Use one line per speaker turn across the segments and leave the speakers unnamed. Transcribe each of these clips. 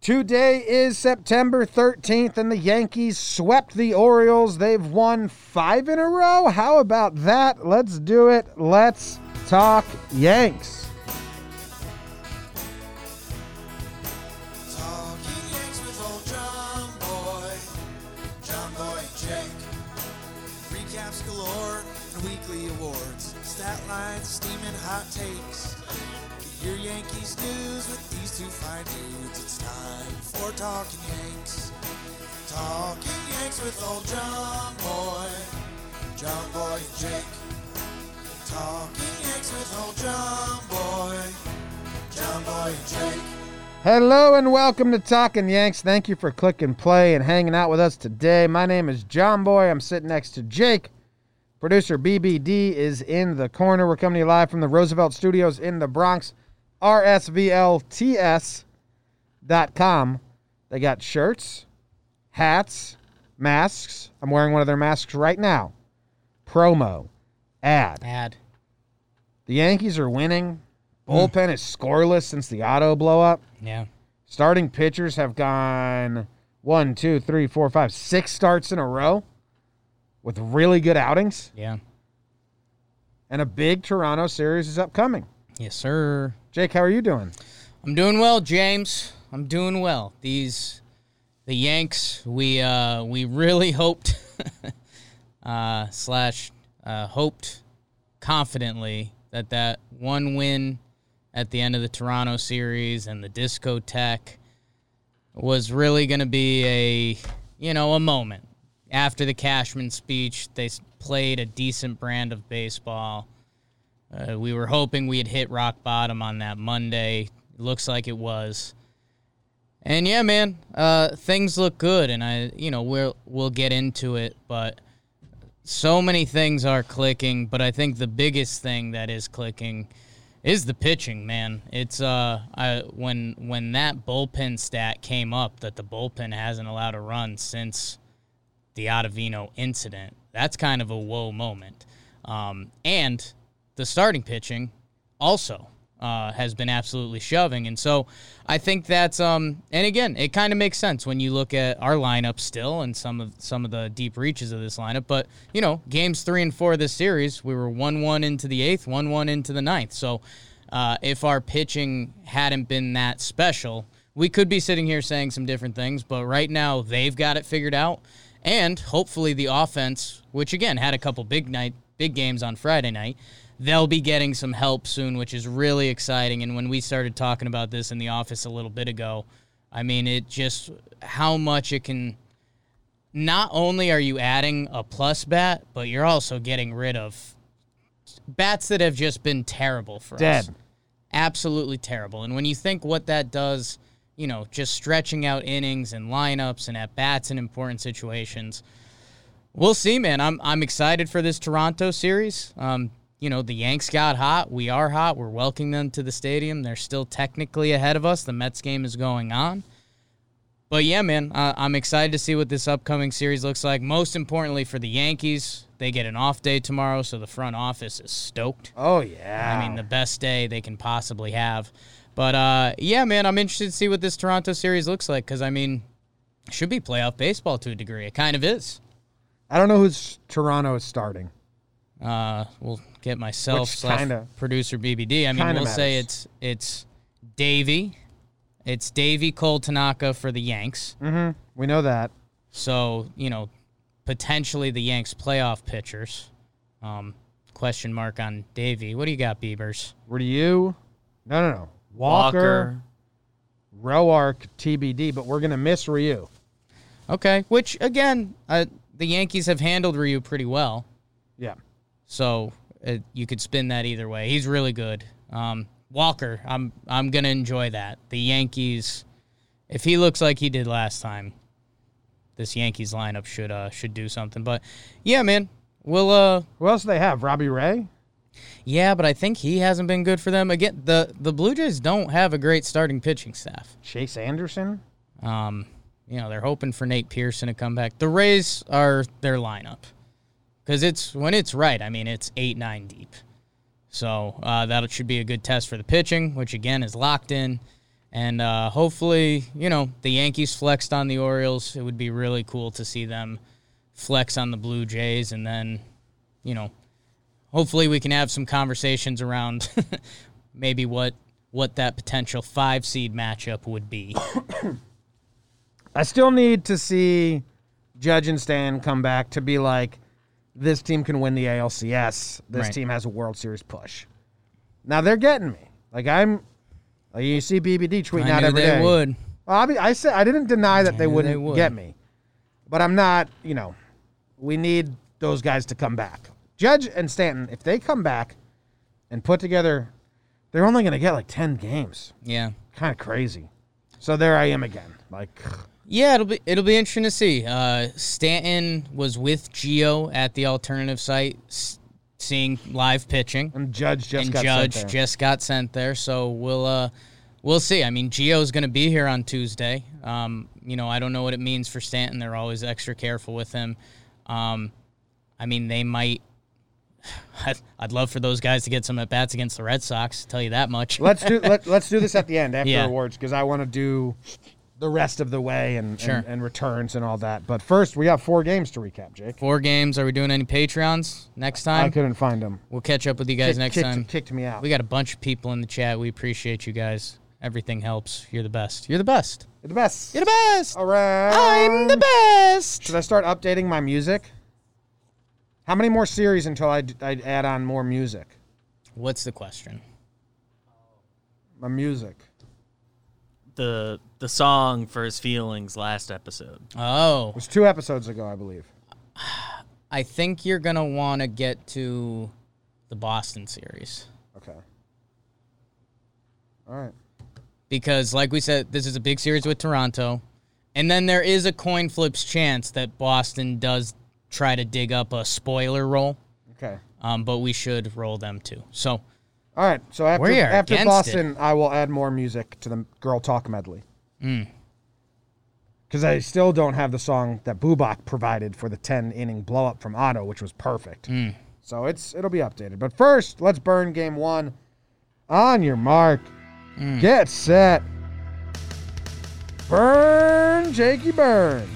Today is September 13th, and the Yankees swept the Orioles. They've won five in a row. How about that? Let's do it. Let's talk Yanks.
Talking Yanks with old John Boy, John Boy and Jake. Recaps galore and weekly awards, stat lines, steaming hot takes. Get your Yankees news with these two fine dudes. It's time for Talking Yanks. Talking Yanks with old John Boy, John Boy and Jake. Talking Yanks with old John Boy, John Boy and Jake.
Hello and welcome to Talking Yanks. Thank you for clicking play and hanging out with us today. My name is John Boy. I'm sitting next to Jake. Producer BBD is in the corner. We're coming to you live from the Roosevelt Studios in the Bronx. RSVLTS.com. They got shirts, hats, masks. I'm wearing one of their masks right now. Promo, ad.
ad
The Yankees are winning. Bullpen is scoreless since the auto blow up.
yeah
Starting pitchers have gone one, two, three, four, five, six starts in a row with really good outings,
yeah
and a big Toronto series is upcoming.
yes sir
Jake, how are you doing?
i'm doing well james i'm doing well these the yanks we uh we really hoped uh slash uh hoped confidently that that one win at the end of the Toronto series and the discotheque was really going to be a you know a moment after the Cashman speech. They s- played a decent brand of baseball. Uh, we were hoping we had hit rock bottom on that Monday. Looks like it was. And yeah, man, uh, things look good, and I, you know, we'll we'll get into it, but so many things are clicking, but I think the biggest thing that is clicking is the pitching, man. It's uh I when when that bullpen stat came up that the bullpen hasn't allowed a run since the Ottavino incident. That's kind of a whoa moment. Um, and the starting pitching also uh, has been absolutely shoving. And so I think that's um, and again, it kind of makes sense when you look at our lineup still and some of some of the deep reaches of this lineup. But you know, games three and four of this series, we were one one into the eighth, one one into the ninth. So uh, if our pitching hadn't been that special, we could be sitting here saying some different things. But right now, they've got it figured out, and hopefully the offense, which again had a couple big night, big games on Friday night, they'll be getting some help soon, which is really exciting. And when we started talking about this in the office a little bit ago, I mean, it just how much it can. Not only are you adding a plus bat, but you're also getting rid of bats that have just been terrible for us
Dead.
absolutely terrible. And when you think what that does, you know, just stretching out innings and lineups and at bats in important situations, we'll see, man. I'm I'm excited for this Toronto series. Um, you know, the Yanks got hot. We are hot. We're welcoming them to the stadium. They're still technically ahead of us. The Mets game is going on. But yeah, man, uh, I'm excited to see what this upcoming series looks like. Most importantly for the Yankees, they get an off day tomorrow, so the front office is stoked.
Oh yeah.
I mean, the best day they can possibly have. But uh, yeah, man, I'm interested to see what this Toronto series looks like because I mean, it should be playoff baseball to a degree. It kind of is.
I don't know who's Toronto is starting.
Uh, we'll get myself
Which
slash
kinda-
producer BBD. I mean, we'll
kinda
say
matters.
it's it's Davy, it's Davy Cole Tanaka for the Yanks.
Mm-hmm. We know that.
So you know, potentially the Yanks playoff pitchers. Um, question mark on Davy. What do you got, Beavers?
Were you? No, no, no. Walker, Roark, TBD. But we're gonna miss Ryu.
Okay, which again, uh, the Yankees have handled Ryu pretty well,
Yeah.
so uh, you could spin that either way. He's really good. Um, Walker, I'm I'm gonna enjoy that. The Yankees if he looks like he did last time, this Yankees lineup should uh should do something. But yeah, man, we'll uh
Who else do they have? Robbie Ray?
yeah, but I think he hasn't been good for them. Again, the the Blue Jays don't have a great starting pitching staff.
Chase Anderson?
Um, you know, they're hoping for Nate Pearson to come back. The Rays are their lineup because it's when it's right. I mean, it's eight nine deep, so uh, that should be a good test for the pitching, which again is locked in. And uh, hopefully, you know, the Yankees flexed on the Orioles. It would be really cool to see them flex on the Blue Jays, and then, you know, hopefully we can have some conversations around maybe what what that potential five seed matchup would be.
I still need to see Judge and Stan come back to be like, this team can win the ALCS. This
Right.
team has a World Series push. Now they're getting me. Like I'm, like you see BBD tweeting
I
out
knew
every
they
day.
would.
Well, I, mean, I said I didn't deny that they
knew
wouldn't
they would.
get me, but I'm not. You know, we need those guys to come back. Judge and Stanton, if they come back and put together, they're only going to get like ten games.
Yeah.
Kind of crazy. So there I am again. Like
Yeah, it'll be it'll be interesting to see. Uh, Stanton was with Geo at the alternative site, s- seeing live pitching,
and Judge just
and
got sent
Judge
there.
just got sent there. So we'll uh, we'll see. I mean, Geo's going to be here on Tuesday. Um, you know, I don't know what it means for Stanton. They're always extra careful with him. Um, I mean, they might. I'd, I'd love for those guys to get some at bats against the Red Sox. Tell you that much.
let's do let, let's do this at the end after
Yeah.
awards because I want to do the rest of the way and,
Sure.
and and returns and all that. But first, we have four games to recap, Jake.
Four games. Are we doing any Patreons next
I
time?
couldn't find them.
We'll catch up with you guys next
kicked,
time.
kicked me out.
We got a bunch of people in the chat. We appreciate you guys. Everything helps. You're the best. You're the best.
You're the best.
You're the best.
All right.
I'm the best.
Should I start updating my music? How many more series until I, d- I add on more music?
What's the question?
My music.
the the song for his feelings last episode.
Oh,
It was two episodes ago, I believe.
I think you're going to want to get to the Boston series
Okay. All right.
because, like we said, this is a big series with Toronto. And then there is a coin flips chance that Boston does try to dig up a spoiler roll,
Okay.
um, but we should roll them too. So,
All right. So after
We are
after
against
Boston, I will add more music to the girl talk medley.
Mm.
Because I still don't have the song that Bubak provided for the ten inning blow up from Otto, which was perfect.
Mm.
So it's it'll be updated. But first, let's burn game one. On your mark,
Mm.
get set, burn, Jakey burn.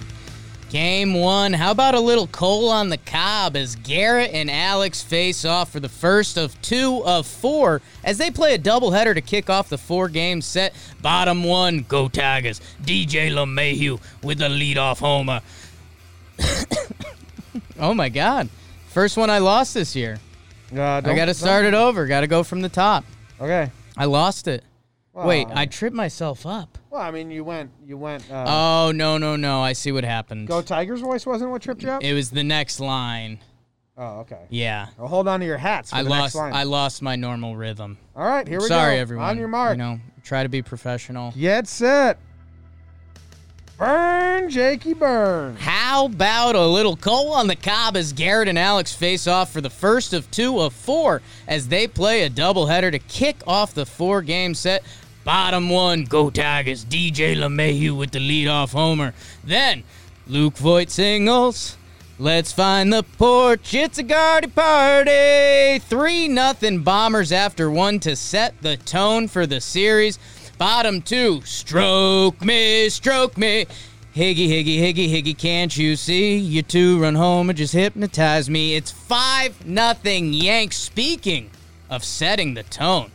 Game one. How about a little coal on the cob as Garrett and Alex face off for the first of two of four as they play a doubleheader to kick off the four game set. Bottom one, go Tigers. DJ LeMahieu with a leadoff homer. oh my God. First one I lost this year.
Uh,
I
don't-
got to
don't-
start it over. Got to go from the top.
Okay.
I lost it. Wait,
Wow.
I tripped myself up.
Well, I mean, you went, you went. Uh,
Oh, no, no, no. I see what happened.
go Tigers voice wasn't what tripped you up.
It was the next line.
oh, okay.
Yeah.
Well, hold on to your hats. For
I
the
lost.
Next line.
I lost my normal rhythm.
All right, here we go.
Sorry, everyone.
On your mark.
You know, try to be professional.
Get set. Burn, Jakey, burn.
How about a little coal on the cob as Garrett and Alex face off for the first of two of four as they play a doubleheader to kick off the four-game set. Bottom one, go Tigers. DJ LeMahieu with the leadoff homer. Then Luke Voigt singles. Let's find the porch. It's a Gardy party. Three nothing bombers after one to set the tone for the series. Bottom two. Stroke me, stroke me. Higgy, higgy, higgy, higgy. Can't you see? You two run home and just hypnotize me. It's five nothing Yanks. Speaking of setting the tone.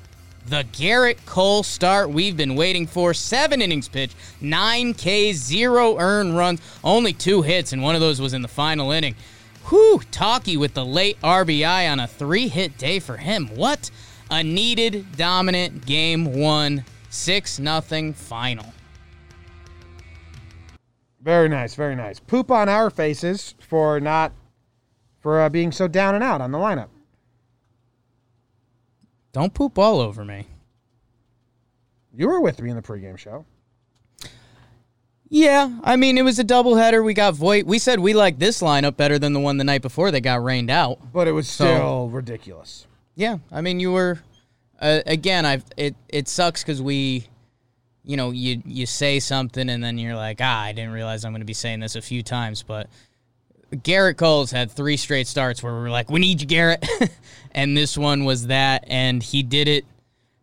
The Garrett Cole start we've been waiting for. Seven innings pitched, nine Ks, zero earned runs, only two hits, and one of those was in the final inning. Whew, Talkie with the late RBI on a three hit day for him. What a needed, dominant game one, 6 nothing final.
Very nice, very nice. Poop on our faces for not for uh, being so down and out on the lineup.
Don't poop all over me.
You were with me in the pregame show.
Yeah, I mean it was a doubleheader. We got Voight. We said we like this lineup better than the one the night before that got rained out.
But it was still ridiculous.
Yeah, I mean you were uh, again. I it it sucks because we, you know, you you say something and then you're like, ah, I didn't realize I'm going to be saying this a few times. But Garrett Cole's had three straight starts where we were like, we need you, Garrett, and this one was that, and he did it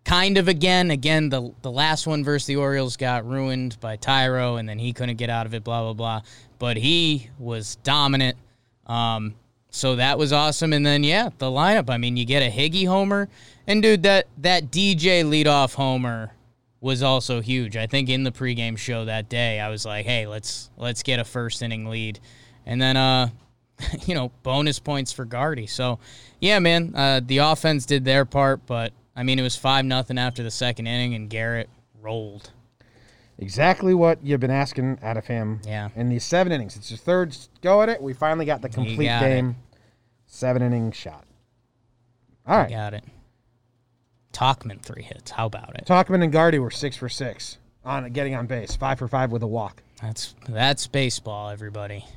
kind of again. Again, the the last one versus the Orioles got ruined by Tyro, and then he couldn't get out of it. Blah blah blah. But he was dominant. Um, so that was awesome. And then yeah, the lineup. I mean, you get a Higgy homer, and dude, that that DJ leadoff homer was also huge. I think in the pregame show that day, I was like, hey, let's let's get a first inning lead, and then uh. You know, bonus points for Guardy. So, yeah, man, uh, the offense did their part, but I mean, it was five nothing after the second inning, and Garrett rolled.
Exactly what you've been asking out of him.
Yeah.
In these seven innings, it's his third go at it. We finally got the complete
got
game, seven inning shot. All right.
Got it. Talkman three hits. How about it?
Talkman and Guardy were six for six on getting on base, five for five with a walk.
That's that's baseball, everybody.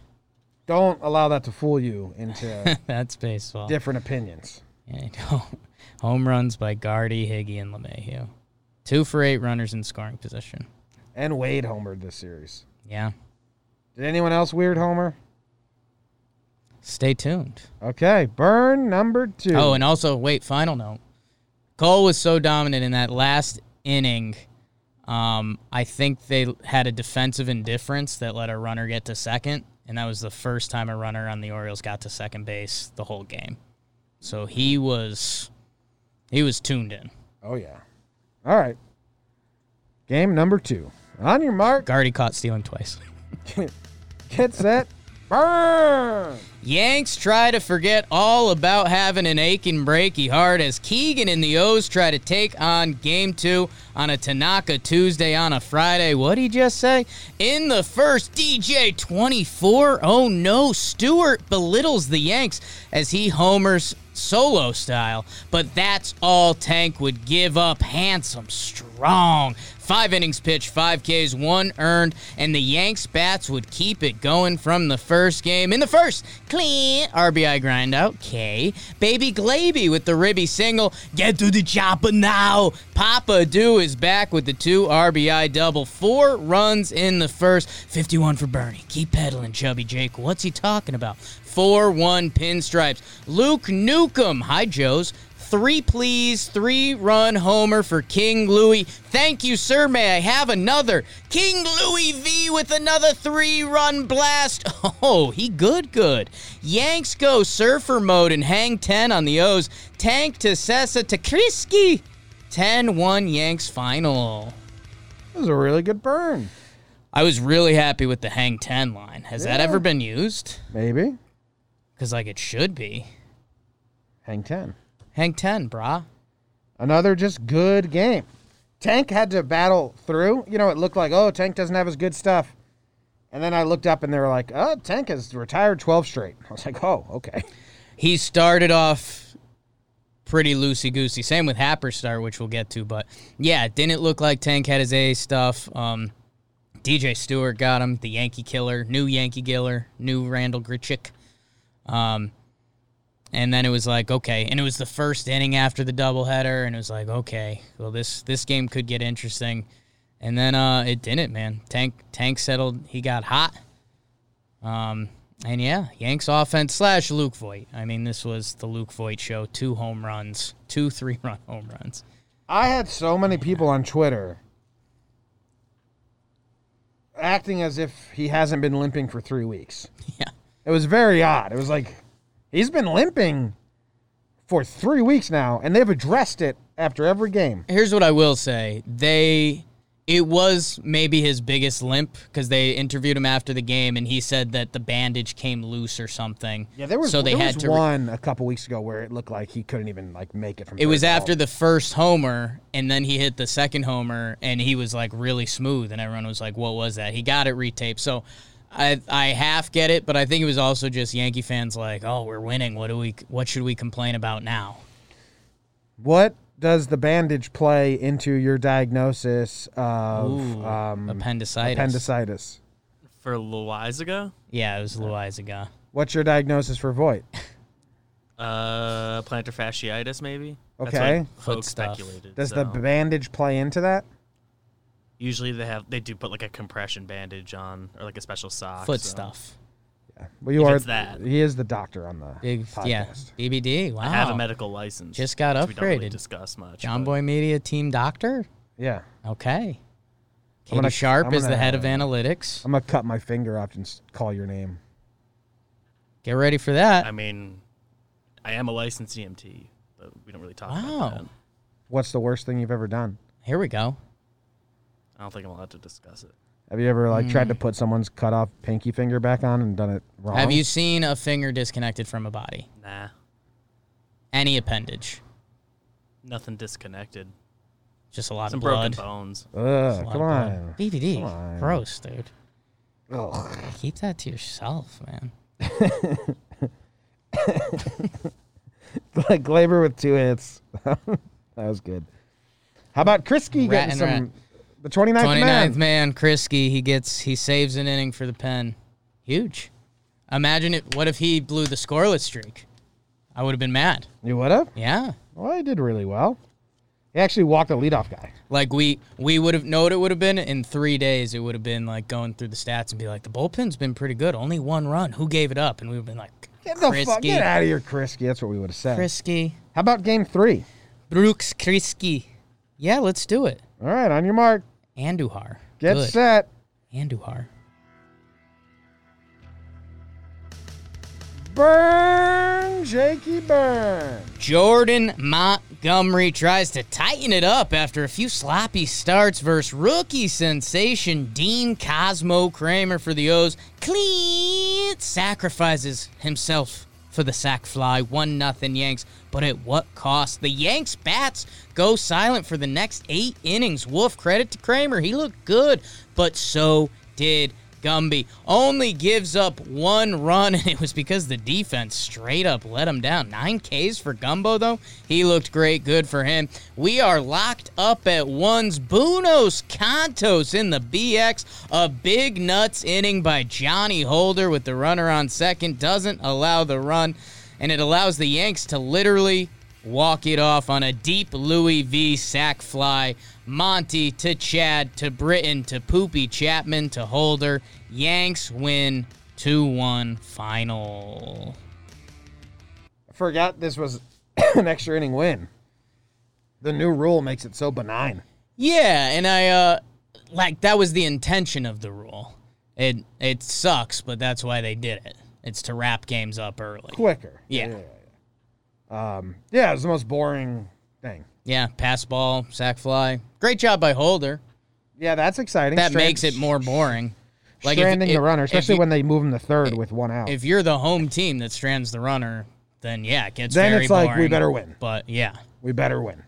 Don't allow that to fool you into
That's baseball.
different opinions.
Yeah, I know. Home runs by Guardy, Higgy, and LeMahieu. Two for eight runners in scoring position.
And Wade homered this series.
Yeah.
Did anyone else weird homer?
Stay tuned.
Okay, burn number two.
Oh, and also, wait, final note. Cole was so dominant in that last inning. Um, I think they had a defensive indifference that let a runner get to second, and that was the first time a runner on the Orioles got to second base the whole game. So he was he was tuned in.
oh yeah. All right. Game number two. On your mark,
Guardy caught stealing twice.
get set, burn.
Yanks try to forget all about having an aching breaky heart as Keegan and the O's try to take on game two on a Tanaka Tuesday on a Friday. What'd he just say? In the first, DJ 24. Oh no, Stewart belittles the Yanks as he homers solo style, but that's all Tank would give up. Handsome, strong. Five innings pitched, five Ks, one earned, and the Yanks bats would keep it going from the first game. In the first, clean RBI grind out, K. Baby Glaby with the ribby single, get to the chopper now. Papa Do is back with the two RBI double, four runs in the first, 51 for Bernie. Keep pedaling, chubby Jake. What's he talking about? 4 1 pinstripes. Luke Newcomb, hi Joes. Three please, three run homer for King Louis. Thank you, sir. May I have another? King Louis V with another three run blast. Oh, he good, good. Yanks go surfer mode and hang 10 on the O's. Tank to Sessa to Krisky. 10 1 Yanks final.
That was a really good burn.
I was really happy with the hang 10 line. Has that ever been used?
Maybe
Because, like, it should be.
hang ten.
Hang 10, brah.
Another just good game. Tank had to battle through. You know, it looked like oh, Tank doesn't have his good stuff. And then I looked up and they were like, oh, Tank has retired 12 straight. I was like, oh, okay.
he started off pretty loosey goosey. Same with Happerstar, which we'll get to. But yeah, it didn't look like Tank had his A stuff. Um, DJ Stewart got him, the Yankee killer, new Yankee killer, new Randall Grichik. Um, and then it was like, okay, and it was the first inning after the doubleheader, and it was like, okay, well this this game could get interesting. And then uh, it didn't, man. Tank Tank settled. He got hot. Um, and yeah, Yanks offense slash Luke Voigt. I mean, this was the Luke Voigt show. Two home runs, two three run home runs.
I had so many people on Twitter acting as if he hasn't been limping for three weeks.
Yeah.
It was very odd. It was like he's been limping for three weeks now, and they've addressed it after every game.
Here's what I will say. They it was maybe his biggest limp because they interviewed him after the game and he said that the bandage came loose or something.
Yeah, there was
so they
there
had
was
to re-
one a couple weeks ago where it looked like he couldn't even like make it from.
It was
third
after
ball.
the first homer, and then he hit the second homer, and he was like really smooth, and everyone was like, "What was that?" He got it retaped. So, I I half get it, but I think it was also just Yankee fans like, "Oh, we're winning. What do we? What should we complain about now?"
what does the bandage play into your diagnosis of
Ooh,
um,
appendicitis.
appendicitis?
for Loizaga,
yeah, it was Loizaga.
What's your diagnosis for Voight?
uh, plantar fasciitis, maybe.
Okay.
That's what
Foot
folks
stuff.
speculated.
Does
so.
the bandage play into that?
usually they have they do put like a compression bandage on or like a special sock.
Foot
so-
stuff.
Well, you
If
are
it's that.
He is the doctor on the
Big,
podcast.
yeah. BBD. Wow.
I have a medical
Oh.
license.
Just got
which We don't really
upgraded.
discuss much.
John
but
Boy Media team doctor.
Yeah.
Okay. Katie
I'm gonna-
Sharp
I'm
is the
gonna-
head of analytics.
I'm gonna cut my finger off and s- call your name.
Get ready for that.
I mean, I am a licensed EMT, but we don't really talk
Wow.
about that.
What's the worst thing you've ever done?
Here we go.
I don't think I'm allowed to discuss it.
Have you ever like tried to put someone's cut off pinky finger back on and done it wrong?
Mm. Have you seen a finger disconnected from a body?
Nah,
Any appendage?
nothing disconnected.
Just a lot
Some
of blood.
broken bones.
A
Ugh,
lot
come
of blood.
on.
BBD.
Come on.
Gross, dude.
Ugh.
Keep that to yourself, man.
like Glaber with two hits. that was good. How about Krisky
Rat
getting
and
some?
rat.
The 29th,
29th man,
man.
Krisky, he gets he saves an inning for the pen. Huge. Imagine it what if he blew the scoreless streak? I would have been mad.
You would have.
Yeah.
Well, he did really well. He actually walked a leadoff guy.
Like we we would have know what it would have been in three days. It would have been like going through the stats and be like, the bullpen's been pretty good. Only one run. Who gave it up? And we've been like,
Get the fuck get
Krisky,
out of here, Krisky. That's what we would have said.
Krisky,
How about game three?
Brooks Krisky. Yeah, let's do it.
All right, on your mark,
Andujar,
get
good.
set.
Andujar.
Burn, Jakey Burn.
Jordan Montgomery tries to tighten it up after a few sloppy starts versus rookie sensation Dean Cosmo Kramer for the O's. Cleat sacrifices himself for the sack fly. 1 nothing Yanks, but at what cost? The Yanks bats go silent for the next eight innings. Wolf, credit to Kramer. He looked good, but so did Gumby only gives up one run, and it was because the defense straight up let him down. Nine Ks for Gumbo, though. He looked great. Good for him. We are locked up at ones. Bunos Contos in the BX. A big nuts inning by Johnny Holder with the runner on second. Doesn't allow the run, and it allows the Yanks to literally walk it off on a deep Louis V sack fly. Monty to Chad to Britain to Poopy Chapman to Holder. Yanks win 2 1 final.
Forgot this was an extra inning win. The new rule makes it so benign.
Yeah, and I, uh, like, that was the intention of the rule. It, it sucks, but that's why they did it. It's to wrap games up early.
Quicker.
Yeah.
yeah, yeah. Um, yeah, it was the most boring thing.
Yeah, pass ball, sack fly. Great job by Holder.
Yeah, that's exciting.
That
Strand-
makes it more boring. if-
stranding
if-
the runner,
if
especially
you-
when they move him to third with one out.
if you're the home team that strands the runner, then yeah, it gets
Then
very
it's like, we
boring,
better win.
But yeah,
we better win.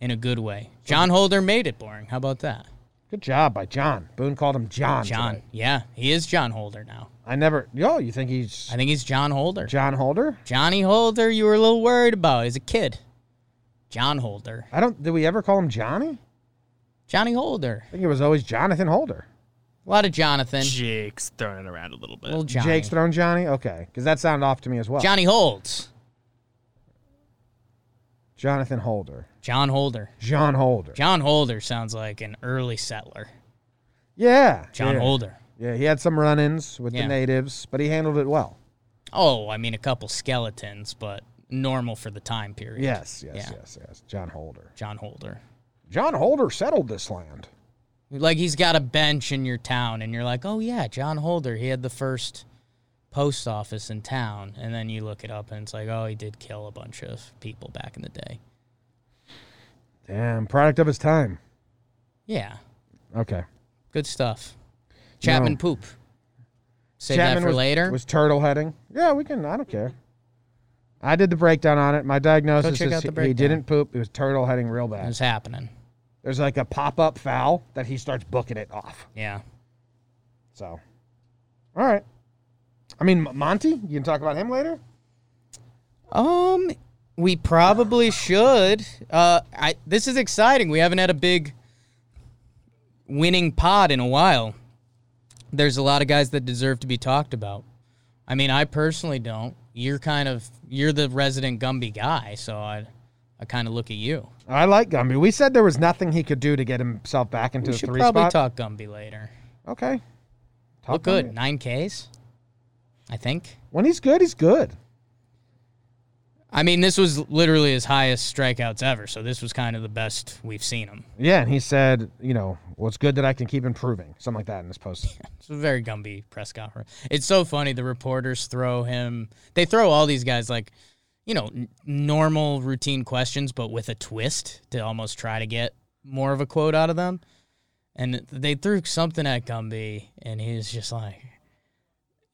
in a good way. John Holder made it boring. How about that?
Good job by John. Boone called him John.
John,
today.
yeah, he is John Holder now.
I never. Yo, you think he's
I think he's John Holder.
John Holder?
Johnny Holder, you were a little worried about. He's a kid. John Holder,
I don't. Did we ever call him Johnny?
Johnny Holder.
I think it was always Jonathan Holder.
A lot of Jonathan,
Jake's throwing it around a little bit.
little Johnny.
Jake's thrown Johnny. Okay, because that sounded off to me as well.
Johnny Holds,
Jonathan Holder.
John Holder.
John Holder.
John Holder sounds like an early settler.
yeah.
John
yeah.
Holder.
Yeah, he had some run-ins with
Yeah.
the natives, but he handled it well.
Oh, I mean a couple skeletons, but normal for the time period.
Yes, yes,
Yeah.
yes, yes. John Holder.
John Holder.
John Holder settled this land.
Like he's got a bench in your town, and you're like, oh yeah, John Holder. He had the first post office in town, and then you look it up, and it's like, oh, he did kill a bunch of people back in the day.
Damn, product of his time.
Yeah,
Okay.
good stuff. Chapman
No.
poop. Save
Chapman
that for
was,
later.
Was turtle heading? Yeah, we can. I don't care. I did the breakdown on it. My diagnosis
check
is
out the
he- he
breakdown.
didn't poop. It was turtle heading real
it
bad.
was happening.
There's like a pop up foul that he starts booking it off.
Yeah.
So, all right. I mean, M- Monty, you can talk about him later.
Um, We probably should. Uh, I this is exciting. We haven't had a big winning pod in a while. There's a lot of guys that deserve to be talked about. I mean, I personally don't. You're kind of you're the resident Gumby guy, so I I kind of look at you.
I like Gumby. We said there was nothing he could do to get himself back into
We
the
should
three
probably talk
spot.
Gumby later.
Okay. Talk
Look good.
Gumby.
Nine Ks, I think.
When he's good, he's good.
I mean, this was literally his highest strikeouts ever, so this was kind of the best we've seen him.
Yeah, and he said, you know, well, it's good that I can keep improving, something like that in this post.
It's a very Gumby press conference. It's so funny. The reporters throw him. They throw all these guys like, you know, n- normal routine questions, but with a twist to almost try to get more of a quote out of them. And they threw something at Gumby, and he was just like,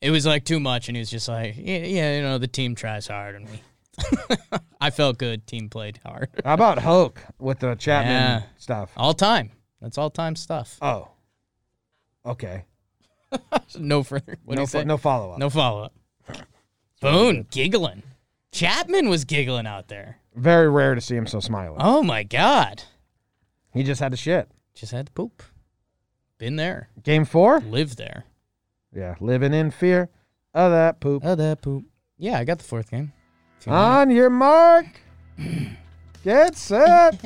it was like too much, and he was just like, yeah, yeah you know, the team tries hard, and we. I felt good. Team played hard
How about Hoke with the Chapman
Yeah.
stuff?
all time. That's all time stuff.
Oh, okay.
No further. What do
no,
you
fo-
say?
no follow up.
No follow up. Boone giggling. Chapman was giggling out there.
Very rare to see him so smiling.
Oh my God.
Uh, He just had to shit.
Just had to poop. Been there.
Game four?
Lived there.
Yeah, living in fear of that poop.
Oh, that poop. Yeah, I got the fourth game. If you want
On your mark, get set,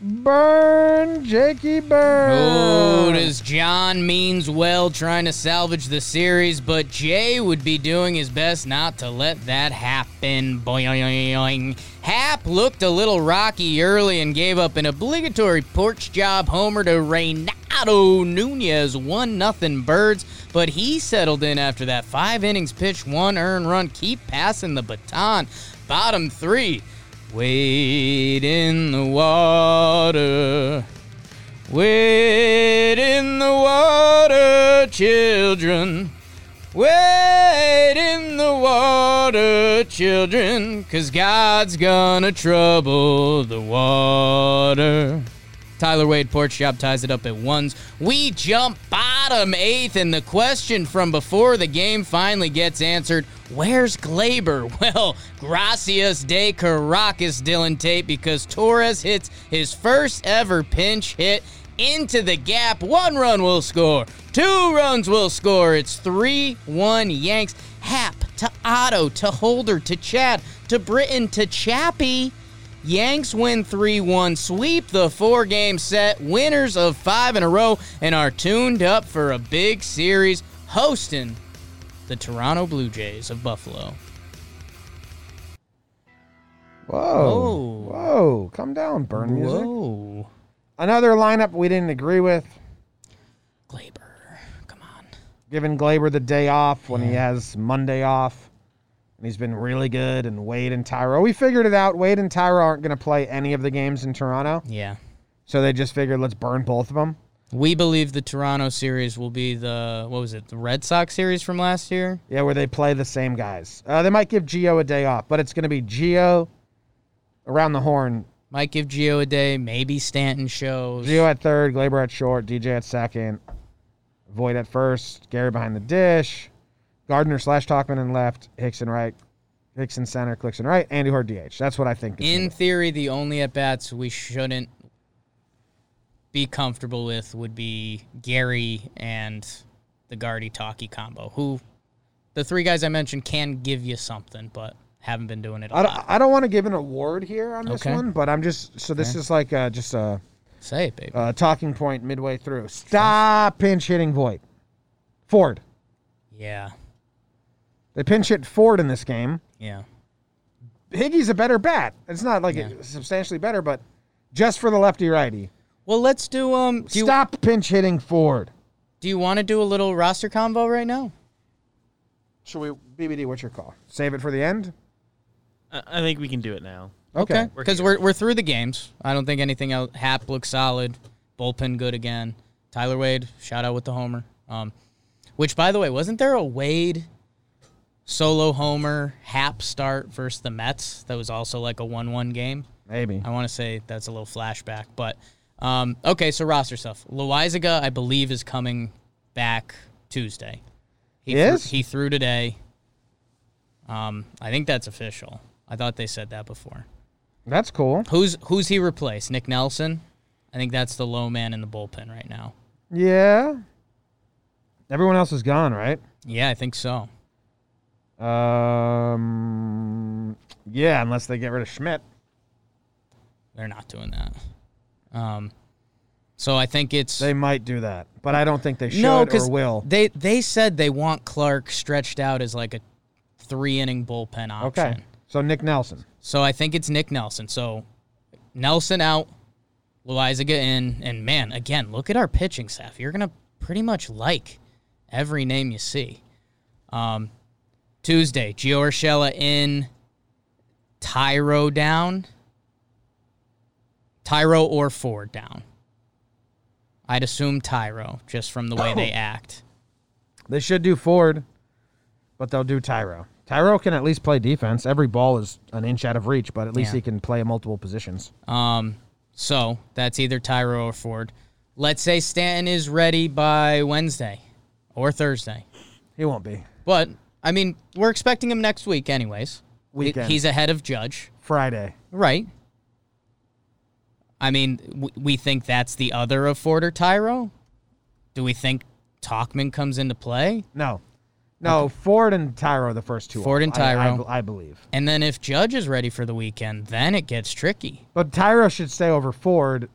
burn, Jakey,
it. Oh,
burn.
does John means well trying to salvage the series, but Jay would be doing his best not to let that happen. Boing. Hap looked a little rocky early and gave up an obligatory porch job homer to Reynaldo Nunez, 1 nothing birds, but he settled in after that. Five innings pitch, one earned run, keep passing the baton. Bottom three. Wade in the water. Wade in the water, children. Wade in the water, children, 'cause God's gonna trouble the water. Tyler Wade Porch Job ties it up at ones. We jump bottom eighth, and the question from before the game finally gets answered. Where's Glaber? Well, gracias de Caracas, Dylan Tate, because Torres hits his first ever pinch hit into the gap. One run will score. Two runs will score. It's 3 1 Yanks. Hap to Otto to Holder to Chad to Britton to Chappie. Yanks win 3 1, sweep the four game set, winners of five in a row, and are tuned up for a big series hosting the Toronto Blue Jays of Buffalo.
Whoa. Oh.
Whoa.
Whoa. Come down, burn music.
Whoa.
Another lineup we didn't agree with,
Glaber, come on.
giving Glaber the day off when he has Monday off. And he's been really good. And Wade and Tyro. We figured it out. Wade and Tyro aren't going to play any of the games in Toronto.
Yeah.
So they just figured let's burn both of them.
We believe the Toronto series will be the, what was it, the Red Sox series from last year?
Yeah, where they play the same guys. Uh, they might give Geo a day off, but it's going to be Geo around the horn.
Might give Gio a day, maybe Stanton shows.
Geo at third, Glaber at short, DJ at second, Void at first, Gary behind the dish, Gardner slash Talkman in left, Hicks in right, Hicks in center, Clicks in right, Andy Horde DH. That's what I think. it's
In
gonna
theory, the only at bats we shouldn't be comfortable with would be Gary and the Guardy Talkie combo, who the three guys I mentioned can give you something, but haven't been doing it a
be. I
lot.
don't, I don't want to give an award here on this
Okay.
one, but I'm just so this is like uh, just a,
Say it, baby.
a talking point midway through. Stop pinch hitting Void. Ford.
yeah,
They pinch hit Ford in this game.
yeah.
Higgy's a better bat. It's not like
Yeah.
substantially better, but just for the lefty righty.
Well, let's do. Um, do you,
Stop pinch hitting Ford.
do you want to do a little roster combo right now?
Should we BBD? What's your call? Save it for the end.
I, I think we can do it now.
Okay.
We're
Because
here.
we're, we're through the games. I don't think anything else. Hap looks solid. Bullpen good again. Tyler Wade, shout out with the homer. Um, which, by the way, wasn't there a Wade solo homer Hap start versus the Mets that was also like a 1 1 game?
Maybe.
I want to say that's a little flashback, but um, okay. So roster stuff. Loizaga, I believe, is coming back Tuesday. He
He
threw-
is?
He threw today. Um, I think that's official. I I thought they said that before.
That's cool.
Who's who's he replaced? Nick Nelson. I think that's the low man in the bullpen right now.
Yeah. Everyone else is gone, right?
Yeah, I think so.
Um, yeah, unless they get rid of Schmidt.
They're not doing that. Um, so I think it's
They might do that, but I don't think they should
no because
or will.
they they said they want Clark stretched out as like a three inning bullpen option.
Okay. So Nick Nelson.
So I think it's Nick Nelson. So Nelson out, Loizaga in, and man, again, look at our pitching staff. You're gonna pretty much like every name you see. Um, Tuesday, Gio Urshela in, Tyro down, Tyro or Ford down. I'd assume Tyro just from the way they act.
They should do Ford, but they'll do Tyro. Tyro can at least play defense. Every ball is an inch out of reach, but at least
Yeah.
he can play multiple positions.
Um, so that's either Tyro or Ford. Let's say Stanton is ready by Wednesday or Thursday.
He won't be.
But I mean, we're expecting him next week, anyways. He-
Weekend.
He's ahead of Judge,
Friday.
right? I mean, w- we think that's the other of Ford or Tyro. Do we think Talkman comes into play?
No. No, Ford and Tyro are the first two.
Ford and
I- I
Tyro.
be- I, believe.
And then if Judge is ready for the weekend, then it gets tricky.
But Tyro should stay over Ford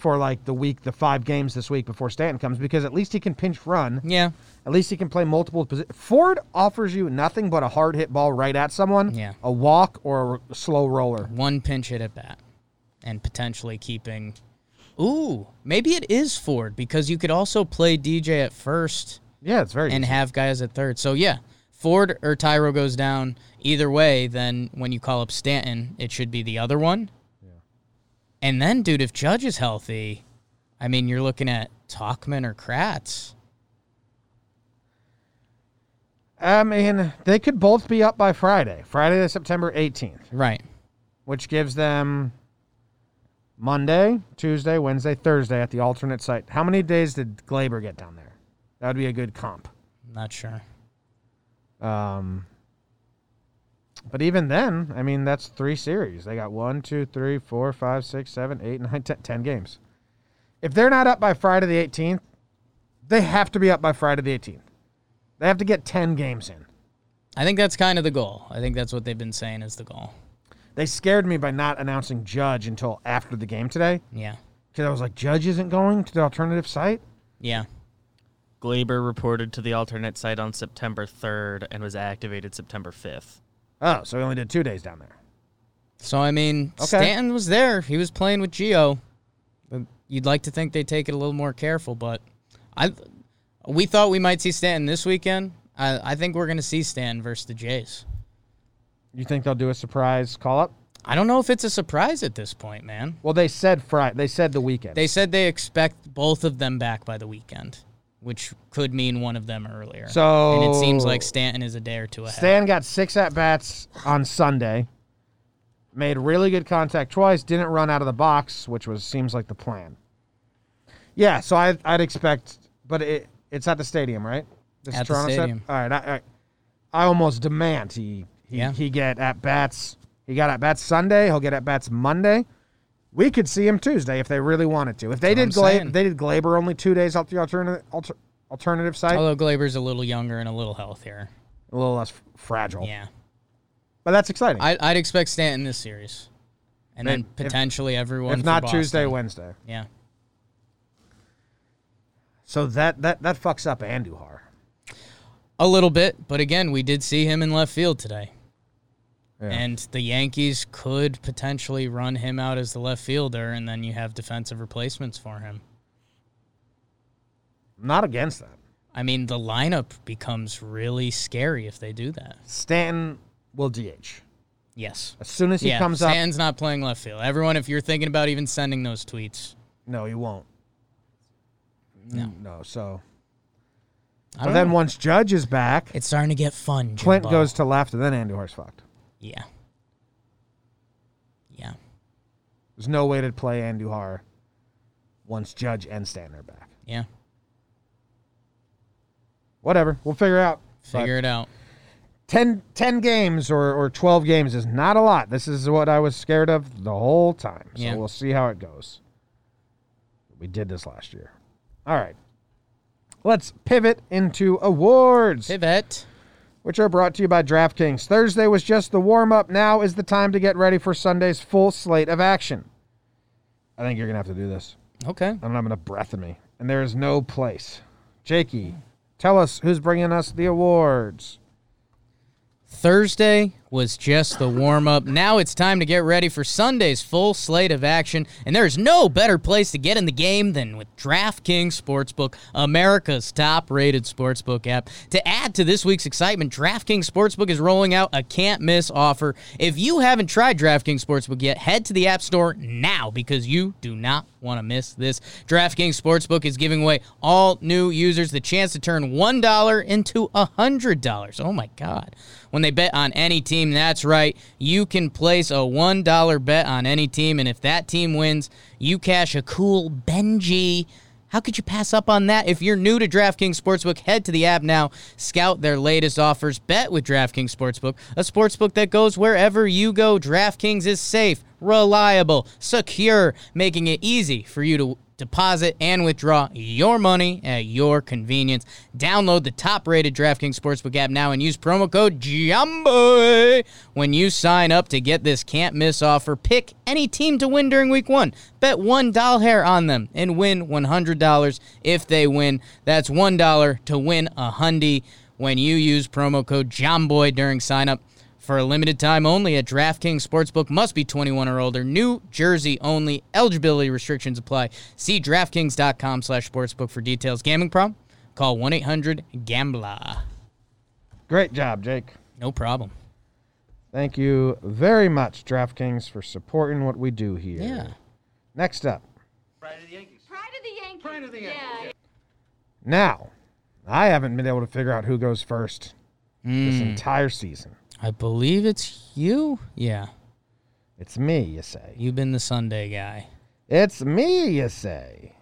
for like the week, the five games this week before Stanton comes because at least he can pinch run.
Yeah,
At least he can play multiple positions. Ford offers you nothing but a hard hit ball right at someone,
Yeah.
a walk or a r- slow roller.
one pinch hit at bat, and potentially keeping. Ooh, maybe it is Ford because you could also play DJ at first.
Yeah, it's very.
and have guys at third. So yeah, Ford or Tyro goes down. Either way, then when you call up Stanton, it should be the other one. And then, dude, if Judge is healthy, I mean, you're looking at Talkman or Kratz.
I mean, they could both be up by Friday, Friday, September 18th,
Right.
which gives them Monday, Tuesday, Wednesday, Thursday at the alternate site. How many days did Glaber get down there? That would be a good comp.
I'm not sure.
Um, but even then, I mean, that's three series. They got one, two, three, four, five, six, seven, eight, nine, ten, ten games. If they're not up by Friday the 18th, they have to be up by Friday the 18th. They have to get 10 games in.
I think that's kind of the goal. I think that's what they've been saying is the goal.
They scared me by not announcing Judge until after the game today
Yeah.
because I was like, Judge isn't going to the alternative site?
Yeah.
Glaber reported to the alternate site on September 3rd and was activated September 5th.
Oh, so we only did two days down there.
So I mean,
Okay.
Stanton was there. He was playing with Geo. You'd like to think they take it a little more careful, but I, we thought we might see Stanton this weekend. I, I think we're gonna see Stanton versus the Jays.
You think they'll do a surprise call up?
I don't know if it's a surprise at this point, man.
Well, they said Friday. They said the weekend.
They said they expect both of them back by the weekend, which could mean one of them earlier.
So-
and it seems like Stanton is a day or two ahead.
Stan got six at bats on Sunday. Made really good contact twice. Didn't run out of the box, which was seems like the plan. Yeah, so I, I'd expect, but it it's at the stadium, right? This
At the
Toronto set?
stadium.
All right, I, I I almost demand he he,
Yeah.
he get at bats. He got at bats Sunday. He'll get at bats Monday. We could see him Tuesday if they really wanted to. If they
That's
did,
what I'm
Gla-
saying.
they did Glaber only two days off the alternative alter- alternative site.
Although Glaber's a little younger and a little healthier.
A little less f- fragile,
Yeah.
but that's exciting.
I, I'd expect Stanton this series, and then
If-
potentially everyone.
if
for
not
Boston.
Tuesday, Wednesday.
yeah,
So that that that fucks up Andujar.
a little bit. But again, we did see him in left field today,
Yeah.
and the Yankees could potentially run him out as the left fielder, and then you have defensive replacements for him.
I'm not against that.
I mean, the lineup becomes really scary if they do that.
Stanton will DH
Yes.
as soon as he
yeah,
comes up.
Stanton's not playing left field. Everyone, if you're thinking about even sending those tweets,
No, he won't. No, no. So,
I
but
don't
then
know.
once Judge is back,
it's starting to get fun.
Clint
Jimbo.
goes to left, and then Andujar's fucked.
Yeah. Yeah.
There's no way to play Andujar once Judge and Stanton are back.
Yeah.
Whatever, we'll figure it out. But
Figure it out.
10, 10 games or, or 12 games is not a lot. This is what I was scared of the whole time. So
Yeah.
we'll see how it goes. We did this last year. All right. Let's pivot into awards,
Pivot.
which are brought to you by DraftKings. Thursday was just the warm up. Now is the time to get ready for Sunday's full slate of action. I think you're going to have to do this.
Okay.
I don't have enough breath in me. And there is no place. Jakey, tell us who's bringing us the awards.
Thursday was just the warm up. Now it's time to get ready for Sunday's full slate of action, and there's no better place to get in the game than with DraftKings Sportsbook, America's top rated sportsbook app. To add to this week's excitement, DraftKings Sportsbook is rolling out a can't miss offer. If you haven't tried DraftKings Sportsbook yet, head to the App Store now because you do not want to miss this. DraftKings Sportsbook is giving away all new users the chance to turn $1 into $100. Oh my God. When they bet on any team, that's right. You can place a $1 bet on any team, and if that team wins, you cash a cool Benji. How could you pass up on that? If you're new to DraftKings Sportsbook, head to the app now, scout their latest offers, bet with DraftKings Sportsbook, a sportsbook that goes wherever you go. DraftKings is safe, reliable, secure, making it easy for you to deposit and withdraw your money at your convenience. Download the top-rated DraftKings Sportsbook app now and use promo code JUMBOY when you sign up to get this can't-miss offer. Pick any team to win during week 1. Bet $1 hair on them and win $100 if they win. That's $1 to win a hundy when you use promo code JOMBOY during sign up. For a limited time only at DraftKings Sportsbook must be 21 or older. New Jersey only. Eligibility restrictions apply. See DraftKings.com slash sportsbook for details. Gambling problem? Call 1-800-GAMBLA.
Great job, Jake.
No problem.
Thank you very much, DraftKings, for supporting what we do here.
Yeah.
Next up.
Pride of the Yankees. Pride of the Yankees. Yeah.
Now, I haven't been able to figure out who goes first this entire season.
I believe it's you. Yeah.
It's me, you say.
You've been the Sunday guy.
It's me, you say.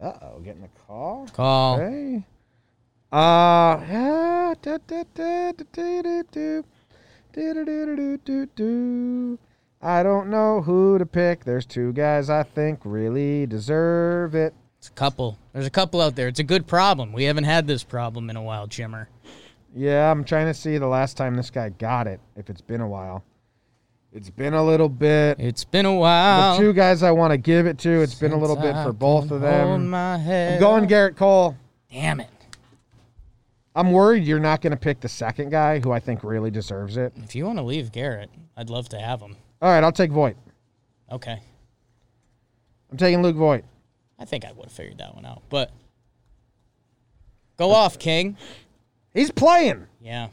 Uh oh, getting a call?
Call.
Okay. Uh, yeah, da, da, da, da, da, da, do. Da, da, da, da, do, do, do. I don't know who to pick. There's two guys I think really deserve it.
It's a couple. There's a couple out there. It's a good problem. We haven't had this problem in a while, Jimmer.
Yeah, I'm trying to see the last time this guy got it, if it's been a while. It's been a little bit.
It's been a while.
The two guys I want to give it to, it's been a little bit
since
for
I
both
can hold
of them.
my head
I'm going
up.
Garrett Cole.
Damn it.
I'm worried you're not going to pick the second guy who I think really deserves it.
If you want to leave Garrett, I'd love to have him.
All right, I'll take Voigt.
Okay.
I'm taking Luke Voigt.
I think I would have figured that one out. But go off, King.
He's playing.
Yeah.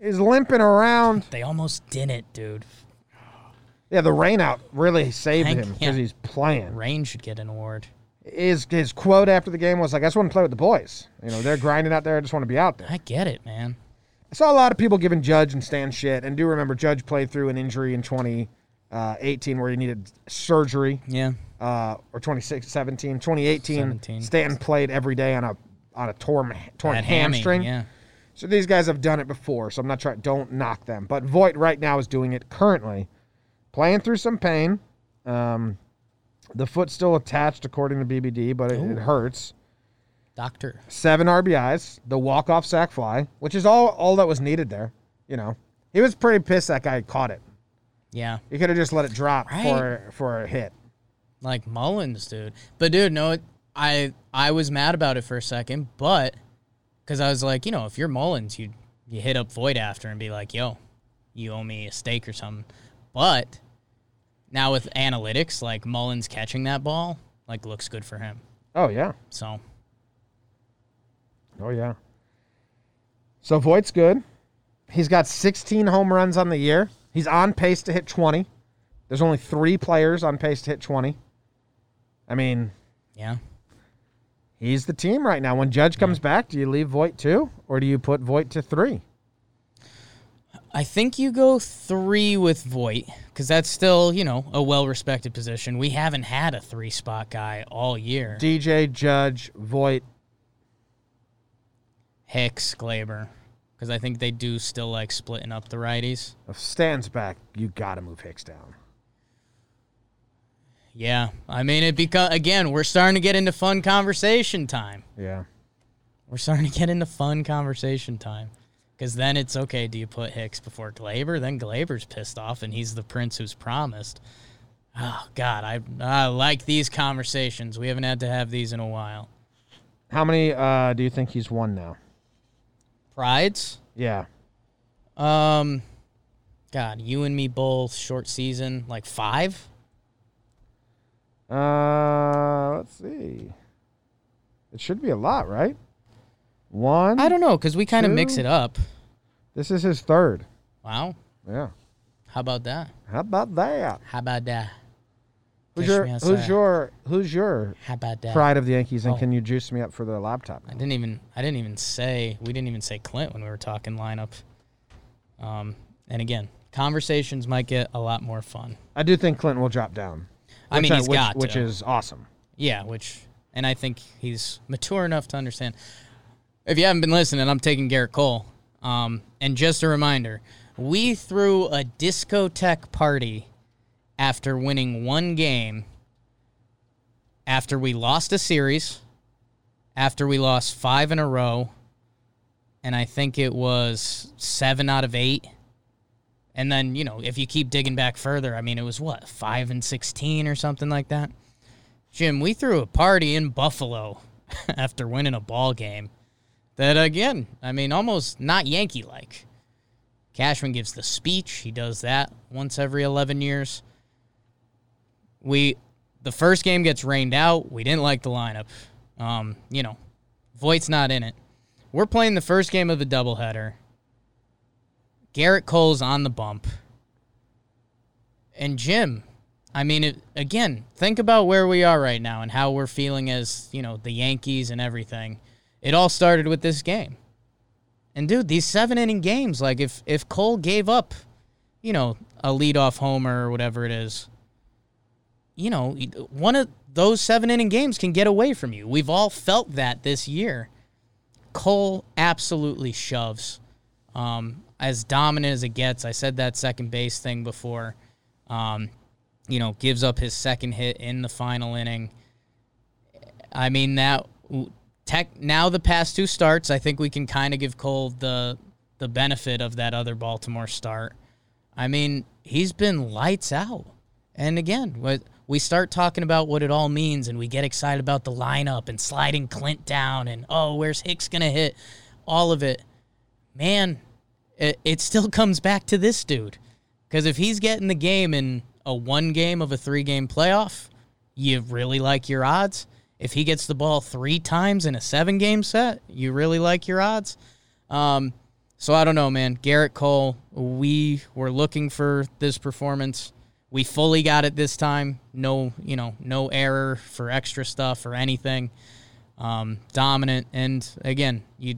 He's limping around.
They almost didn't, dude.
Yeah, the rainout really saved
Thank
him
you.
because he's playing.
Rain should get an award.
His his quote after the game was like, "I just want to play with the boys. You know, they're grinding out there. I just want to be out there."
I get it, man.
I saw a lot of people giving Judge and Stan shit, and do remember Judge played through an injury in 2018 where he needed surgery,
Yeah.
uh, or 26, 17, 2018.
17.
Stan played every day on a on a torn torn
That hammy,
hamstring.
Yeah.
So these guys have done it before, so I'm not trying. Don't knock them. But Voight right now is doing it currently, playing through some pain. Um, the foot's still attached, according to BBD, but it, it hurts.
Doctor.
Seven RBIs, the walk-off sack fly, which is all all that was needed there. You know, he was pretty pissed that guy caught it.
Yeah.
He could have just let it drop
Right.
for for a hit.
Like Mullins, dude. But dude, no, it- I I was mad about it for a second, but because I was like, you know, if you're Mullins, you you hit up Void after and be like, yo, you owe me a steak or something. But now with analytics, like Mullins catching that ball, like looks good for him.
Oh yeah,
So
oh yeah. So Voight's good. He's got 16 home runs on the year. He's on pace to hit 20. There's only three players on pace to hit 20. I mean,
yeah,
he's the team right now. When Judge comes back, do you leave Voight two or do you put Voight to three?
I think you go three with Voit because that's still you know a well-respected position. We haven't had a three-spot guy all year.
DJ, Judge, Voight.
Hicks, Glaber, because I think they do still like splitting up the righties.
If Stan's back, you got to move Hicks down.
Yeah, I mean it because again we're starting to get into fun conversation time.
Yeah.
We're starting to get into fun conversation time because then it's okay. Do you put Hicks before Glaber? Then Glaber's pissed off and he's the prince who's promised. Oh God, I I like these conversations. We haven't had to have these in a while.
How many uh, do you think he's won now?
Prides.
Yeah.
Um, God, you and me both. Short season, like five.
Uh, let's see. It should be a lot, right? One.
I don't know because we kind of mix
Two.
it up.
This is his third.
Wow,
Yeah.
how about that?
How about that?
How about that?
Who's
Catch
your
me
Who's
outside.
your Who's your
How about that?
pride of the Yankees? And
Oh.
can you juice me up for the laptop?
I didn't even I didn't even say we didn't even say Clint when we were talking lineup. Um, and again, conversations might get a lot more fun.
I do think Clinton will drop down.
I mean,
which
he's
which,
got
which
to.
is awesome.
Yeah, which and I think he's mature enough to understand. If you haven't been listening, I'm taking Garrett Cole. Um, and just a reminder, we threw a discotheque party after winning one game. After we lost a series, after we lost five in a row, and I think it was seven out of eight. And then, you know, if you keep digging back further, I mean, it was what, five and 16 or something like that? Jim, we threw a party in Buffalo after winning a ball game. That again, I mean, almost not Yankee like. Cashman gives the speech. He does that once every 11 years. We, the first game gets rained out. We didn't like the lineup. Um, you know, Voight's not in it. We're playing the first game of a doubleheader. Garrett Cole's on the bump. And Jim, I mean, it, again, think about where we are right now and how we're feeling as, you know, the Yankees and everything. It all started with this game. And dude, these seven inning games, like if if Cole gave up, you know, a leadoff homer or whatever it is, you know, e, one of those seven inning games can get away from you. We've all felt that this year. Cole absolutely shoves. Um, as dominant as it gets, I said that second base thing before. Um, you know, gives up his second hit in the final inning. I mean that tech now the past two starts, I think we can kind of give Cole the the benefit of that other Baltimore start. I mean, he's been lights out. And again, what we start talking about what it all means and we get excited about the lineup and sliding Clint down and oh, where's Hicks going to hit? All of it. Man, it, it still comes back to this dude. Because if he's getting the game in a one game of a three game playoff, you really like your odds. If he gets the ball three times in a seven game set, you really like your odds. Um, so I don't know, man. Garrett Cole, we were looking for this performance. We fully got it this time. No, you know, no error for extra stuff or anything. Um, dominant, and again, you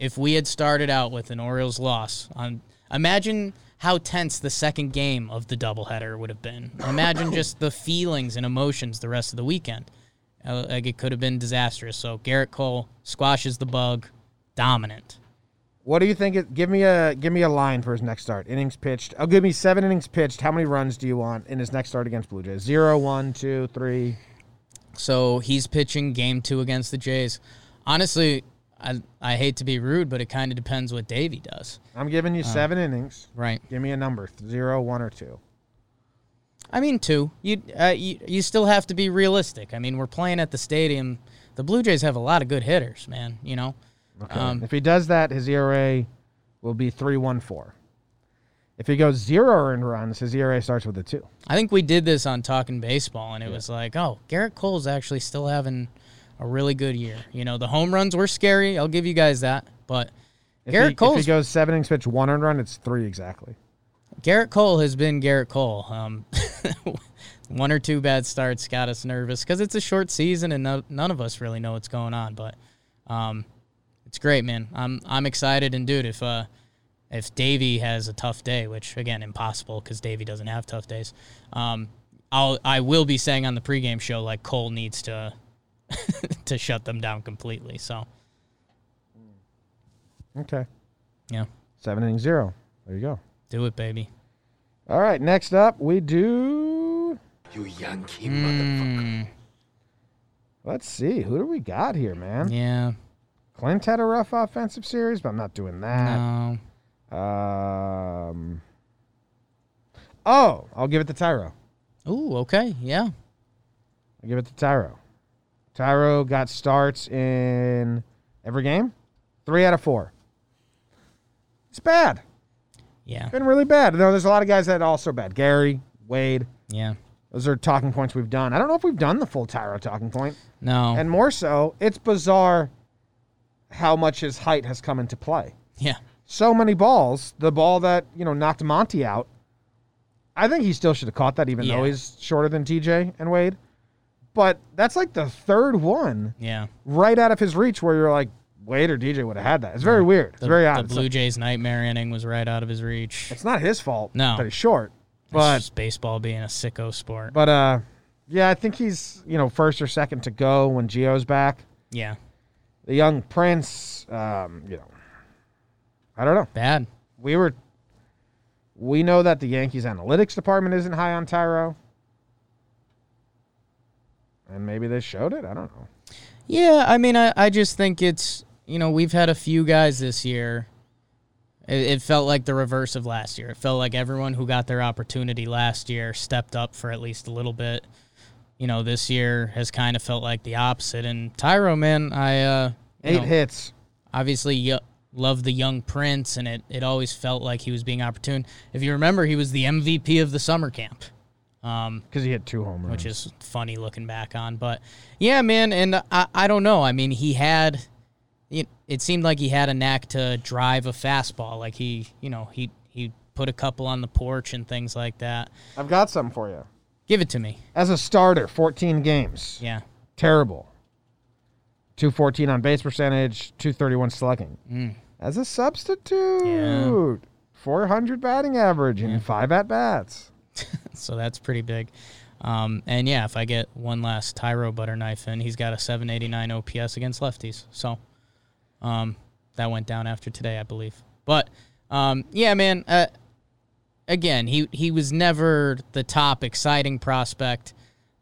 if we had started out with an Orioles loss on imagine how tense the second game of the doubleheader would have been. Imagine just the feelings and emotions the rest of the weekend. Uh, like it could have been disastrous. So Garrett Cole squashes the bug, dominant.
What do you think? It, give me a give me a line for his next start. Innings pitched. Oh, give me seven innings pitched. How many runs do you want in his next start against Blue Jays? Zero, one, two, three.
So he's pitching game two against the Jays. Honestly, I I hate to be rude, but it kind of depends what Davey does.
I'm giving you seven innings.
Right.
Give me a number: zero, one, or two.
I mean, two. You, uh, you you still have to be realistic. I mean, we're playing at the stadium. The Blue Jays have a lot of good hitters, man. You know, um,
if he does that, his ERA will be three, one, four. If he goes zero earned runs, his ERA starts with a two.
I think we did this on Talking Baseball, and it was like, oh, Garrett Cole's actually still having a really good year. You know, the home runs were scary. I'll give you guys that, but
If he,
Garrett Cole's
If he goes seven innings pitched, one earned run, it's three exactly.
Garrett Cole has been Garrett Cole. Um, one or two bad starts got us nervous because it's a short season and no, none of us really know what's going on. But um, it's great, man. I'm I'm excited and dude, if uh, if Davey has a tough day, which again impossible because Davey doesn't have tough days, um, I'll I will be saying on the pregame show like Cole needs to to shut them down completely. So
Okay.
Yeah.
Seven inning zero. There you go.
Do it, baby.
All right, next up we do.
You Yankee motherfucker.
Mm,
Let's see who do we got here, man.
Yeah.
Clint had a rough offensive series, but I'm not doing that.
No.
Um. Oh, I'll give it to Tyro.
Ooh, okay. Yeah.
I'll give it to Tyro. Tyro got starts in every game, three out of four. It's bad.
Yeah.
Been really bad. No, there's a lot of guys that are also bad. Gary, Wade.
Yeah.
Those are talking points we've done. I don't know if we've done the full Tyro talking point.
No.
And more so, it's bizarre how much his height has come into play.
yeah.
So many balls. The ball that, you know, knocked Monty out. I think he still should have caught that, even though
Yeah.
he's shorter than TJ and Wade. But that's like the third one
Yeah.
right out of his reach where you're like, Wade or DJ would have had that. It's very weird. It's
The,
very odd.
the
It's
Blue
like-
Jays nightmare inning was right out of his reach.
it's not his fault
No.
that he's short.
That's
But
just baseball being a sicko sport.
But uh, yeah, I think he's you know first or second to go when Geo's back.
yeah.
The young prince, um, you know, I don't know.
Bad.
We were, we know that the Yankees analytics department isn't high on Tyro, and maybe they showed it. I don't know.
Yeah, I mean, I, I just think it's, you know, we've had a few guys this year. It, it felt like the reverse of last year. It felt like everyone who got their opportunity last year stepped up for at least a little bit. You know, this year has kind of felt like the opposite. And Tyro, man, I uh, you
Eight
know,
hits.
obviously y- love the young prince, and it, it always felt like he was being opportune. If you remember, he was the MVP of the summer camp. Um,
Because he hit two home runs.
which is funny looking back on. But yeah, man, and I, I don't know. I mean, he had it, it seemed like he had a knack to drive a fastball. Like he, you know, he he put a couple on the porch and things like that.
I've got something for you.
Give it to me.
As a starter, 14 games.
Yeah.
terrible. 214 on base percentage, 231 slugging. As a substitute, 400 batting average and five at bats.
So that's pretty big. Um, and yeah, if I get one last Tyro butter knife in, he's got a 789 OPS against lefties. So um, that went down after today, I believe. But um, yeah, man, uh, again, he, he was never the top exciting prospect.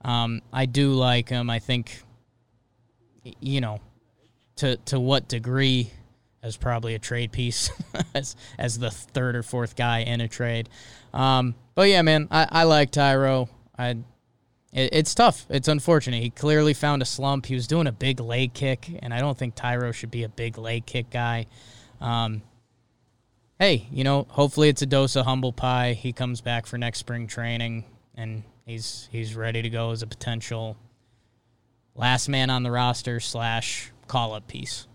Um, I do like him. I think, y- you know, to, to what degree as probably a trade piece as, as the third or fourth guy in a trade. Um, but yeah, man, I, I like Tyro. I it, it's tough. It's unfortunate. He clearly found a slump. He was doing a big leg kick, and I don't think Tyro should be a big leg kick guy. Um, hey, you know, hopefully it's a dose of humble pie. He comes back for next spring training, and he's he's ready to go as a potential last man on the roster slash call up piece.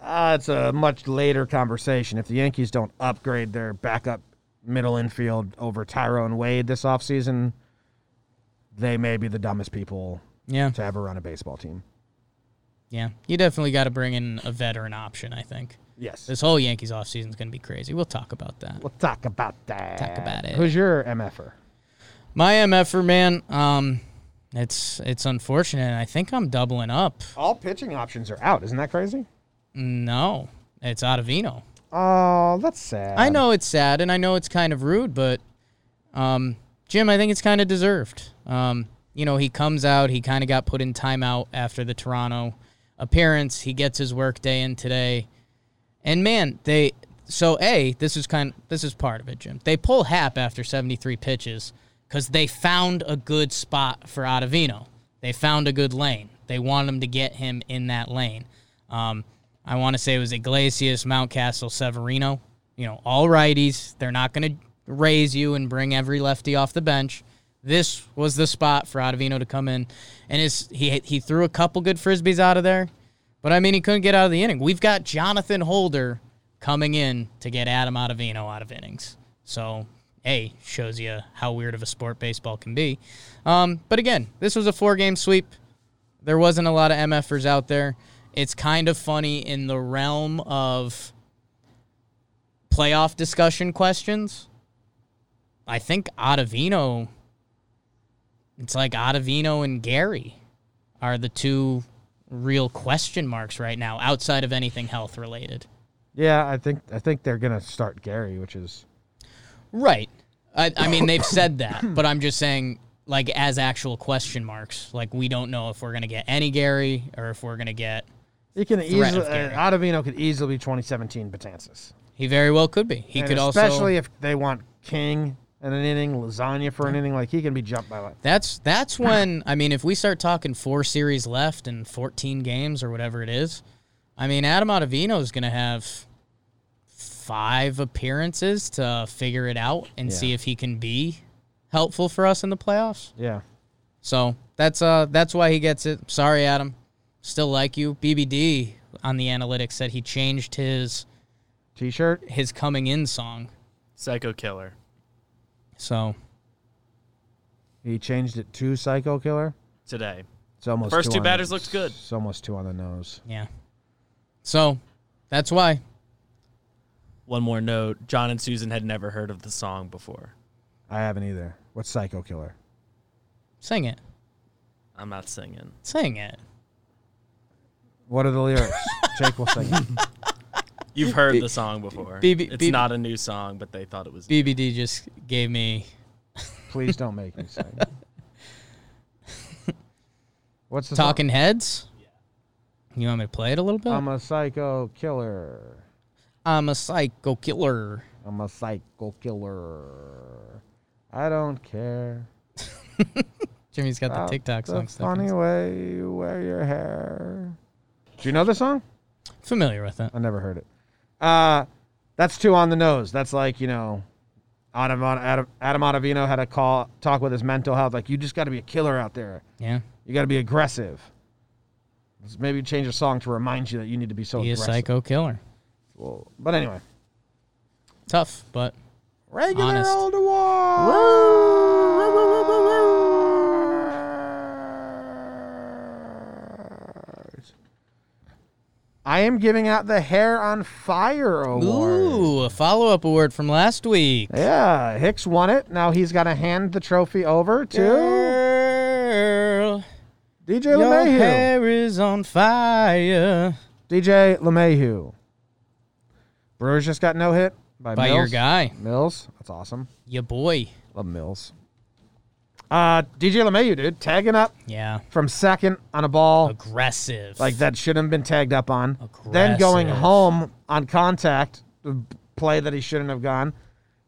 Uh, it's a much later conversation. If the Yankees don't upgrade their backup middle infield over Tyrone Wade this offseason, they may be the dumbest people
Yeah,
to ever run a baseball team.
yeah. You definitely got to bring in a veteran option. I think
Yes.
this whole Yankees offseason is going to be crazy. We'll talk about that.
We'll talk about that.
Talk about it.
Who's your er? MFer?
My MFer man, um, it's it's unfortunate. and I think I'm doubling up.
All pitching options are out. Isn't that crazy?
No, it's Ottavino.
Oh, that's sad.
I know it's sad, and I know it's kind of rude, but um, Jim, I think it's kind of deserved. Um, you know, he comes out. He kind of got put in timeout after the Toronto appearance. He gets his work day in today, and man, they so a this is kind this is part of it, Jim. They pull Hap after 73 pitches because they found a good spot for Ottavino. They found a good lane. They want him to get him in that lane. Um, I want to say it was Iglesias, Mountcastle, Severino. You know, all righties. They're not going to raise you and bring every lefty off the bench. This was the spot for Ottavino to come in, and his, he he threw a couple good frisbees out of there, but I mean he couldn't get out of the inning. We've got Jonathan Holder coming in to get Adam Ottavino out of innings. So a shows you how weird of a sport baseball can be. Um, but again, this was a four game sweep. There wasn't a lot of MFers out there. It's kind of funny in the realm of playoff discussion questions. I think Ottavino. It's like Ottavino and Gary are the two real question marks right now, outside of anything health related.
Yeah, I think I think they're gonna start Gary, which is
Right. I, I mean, they've said that, but I'm just saying, like, as actual question marks. Like, we don't know if we're going to get any Gary or if we're going to get.
he can
Threat
easily
of
uh,
Gary.
Ottavino could easily be 2017 Batanzas.
He very well could be. He
And
could also.
especially if they want King and an inning, lasagna for an inning, like he can be jumped by like
That's that's when I mean, if we start talking four series left and 14 games or whatever it is, I mean, Adam Ottavino is going to have five appearances to figure it out and
Yeah.
see if he can be helpful for us in the playoffs.
yeah.
So that's uh that's why he gets it. Sorry, Adam. Still like you. BBD on the analytics said he changed his
T-shirt.
his coming in song.
Psycho Killer.
So
He changed it to Psycho Killer.
Today.
It's almost
First two
on-
batters looked good.
It's almost two on the nose.
yeah. So that's why.
One more note John and Susan had never heard of the song before.
I haven't either. What's Psycho Killer?
Sing it.
I'm not singing.
Sing it.
What are the lyrics? Jake will sing. it.
You've heard the song before.
B- B-
it's
B-
not a new song, but they thought it was.
BBD just gave me
Please don't make me sing. it. What's the song?
talking heads. You want me to play it a little bit?
I'm a psycho killer.
I'm a psycho killer.
I'm a psycho killer. I don't care.
Jimmy's got the
about
TikTok
the
song stuff.
Funny
He's
way you wear your hair. Do you know the song?
Familiar with it.
I never heard it. Uh, that's two on the nose. That's like you know, Adam Adam Adam Ottavino had a call talk with his mental health. Like you just got to be a killer out there.
Yeah.
You got to be aggressive. Let's Maybe change a song to remind you that you need to be so
Be a
aggressive.
psycho killer.
Well, but anyway,
Tough, but
regular
Honest.
old war. I am giving out the hair on fire award.
Ooh, a follow up award from last week.
Yeah, Hicks won it. Now he's got to hand the trophy over to
Girl,
DJ
your
LeMahieu.
hair is on fire.
DJ LeMahieu. Brewers just got no hit by,
By
Mills.
your guy,
Mills. That's awesome.
your boy.
Love Mills. Uh, DJ LeMahieu, dude, tagging up
Yeah,
from second on a ball
aggressive.
like that shouldn't have been tagged up on. Then
Aggressive.
going home on contact, the play that he shouldn't have gone.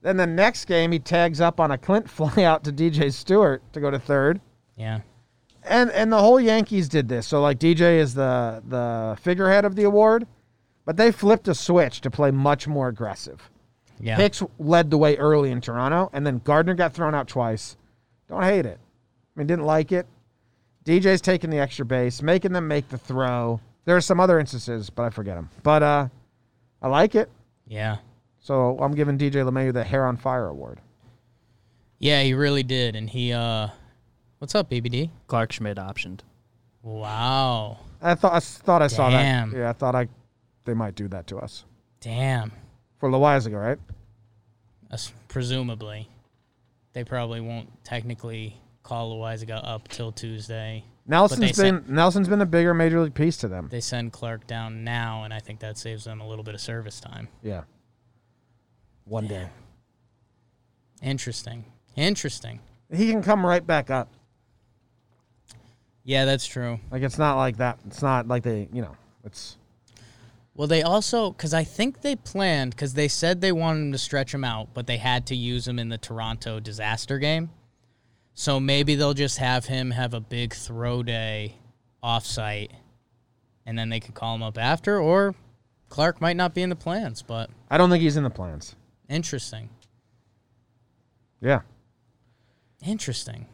Then the next game, he tags up on a Clint flyout to DJ Stewart to go to third.
Yeah,
and and the whole Yankees did this. So like DJ is the the figurehead of the award, but they flipped a switch to play much more aggressive.
yeah.
Hicks led the way early in Toronto, and then Gardner got thrown out twice. Don't hate it. I mean, didn't like it. DJ's taking the extra base, making them make the throw. There are some other instances, but I forget them. But uh, I like it.
yeah.
So I'm giving DJ LeMayu the Hair on Fire award.
Yeah, he really did. And he, uh, what's up, BBD?
Clark Schmidt optioned.
Wow.
I thought I s- thought I saw that.
Damn.
Yeah, I thought I they might do that to us
Damn.
for Loizaga, right?
Us- presumably. They probably won't technically call Loizaga up till Tuesday.
Nelson's
they
been Nelson's been a bigger major league piece to them.
They send Clark down now, and I think that saves them a little bit of service time.
Yeah. One day
Interesting. Interesting.
he can come right back up.
Yeah, that's true.
Like it's not like that. It's not like they, you know, it's
Well, they also because I think they planned because they said they wanted him to stretch him out, but they had to use him in the Toronto disaster game. So maybe they'll just have him have a big throw day offsite, and then they could call him up after. Or Clark might not be in the plans, but
I don't think he's in the plans.
interesting,
Yeah.
interesting.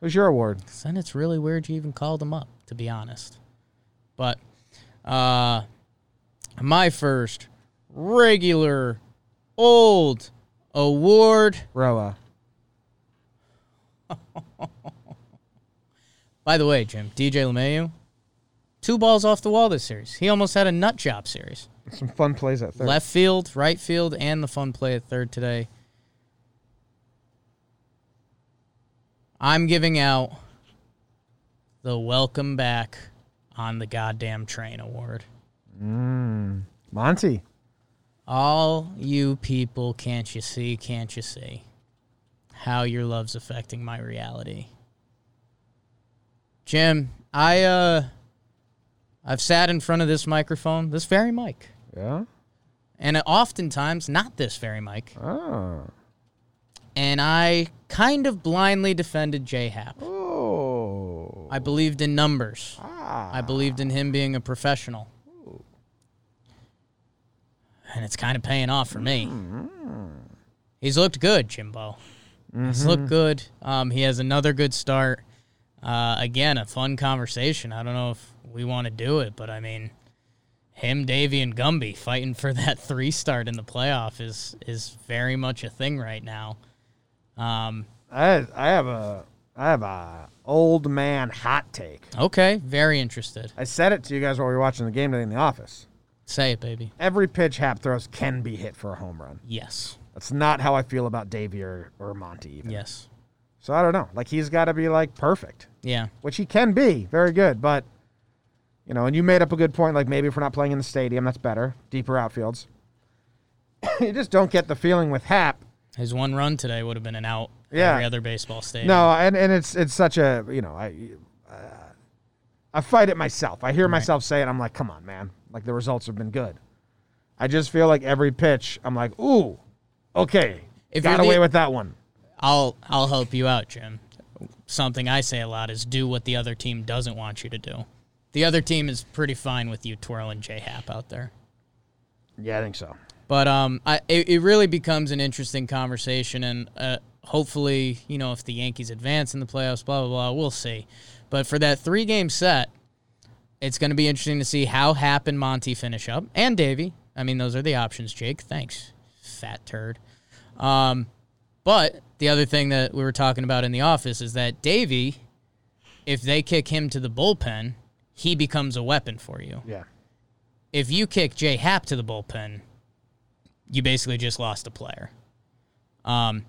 Who's your award?
'Cause then it's really weird you even called him up, to be honest. But uh, my first regular old award.
Roa.
By the way, Jim, DJ LeMayu, two balls off the wall this series. He almost had a nut job series.
Some fun plays at third.
Left field, right field, and the fun play at third today. I'm giving out the welcome back on the goddamn train award.
Monty.
All you people, can't you see, can't you see how your love's affecting my reality? Jim, I uh I've sat in front of this microphone, this very mic,
Yeah.
and oftentimes not this very mic,
Oh.
and I kind of blindly defended J Hap.
Oh.
I believed in numbers.
Ah.
I believed in him being a professional. And it's kind of paying off for me. He's looked good, Jimbo. He's looked good. Um, he has another good start. Uh, again, a fun conversation. I don't know if we want to do it, but I mean, him, Davy, and Gumby fighting for that three start in the playoff is is very much a thing right now. Um,
I, I have a I have a old man hot take.
okay, very interested.
I said it to you guys while we were watching the game today in the office.
Say it, baby.
Every pitch Hap throws can be hit for a home run.
Yes,
That's not how I feel about Davey or, or Monty even.
yes,
So I don't know. Like he's got to be like perfect,
yeah.
which he can be, very good. But you know, and you made up a good point. Like maybe if we're not playing in the stadium, that's better. Deeper outfields. you just don't get the feeling with Hap.
His one run today would have been an out.
Yeah.
Every other baseball stadium.
No, and and it's it's such a you know I. Uh, I fight it myself. I hear myself say it. I'm like, come on, man. Like the results have been good. I just feel like every pitch, I'm like, ooh, okay,
If
got
you're the-
away with that one.
I'll I'll help you out, Jim. Something I say a lot is do what the other team doesn't want you to do. The other team is pretty fine with you twirling J Hap out there.
Yeah, I think so.
But um, I, it, it really becomes an interesting conversation, and uh, hopefully, you know, if the Yankees advance in the playoffs, blah blah blah, we'll see. But for that three game set, it's going to be interesting to see how Hap and Monty finish up, and Davey. I mean, those are the options. Jake, thanks, fat turd. Um, but the other thing that we were talking about in the office is that Davey, if they kick him to the bullpen, he becomes a weapon for you
Yeah.
if you kick J Hap to the bullpen, you basically just lost a player. Um,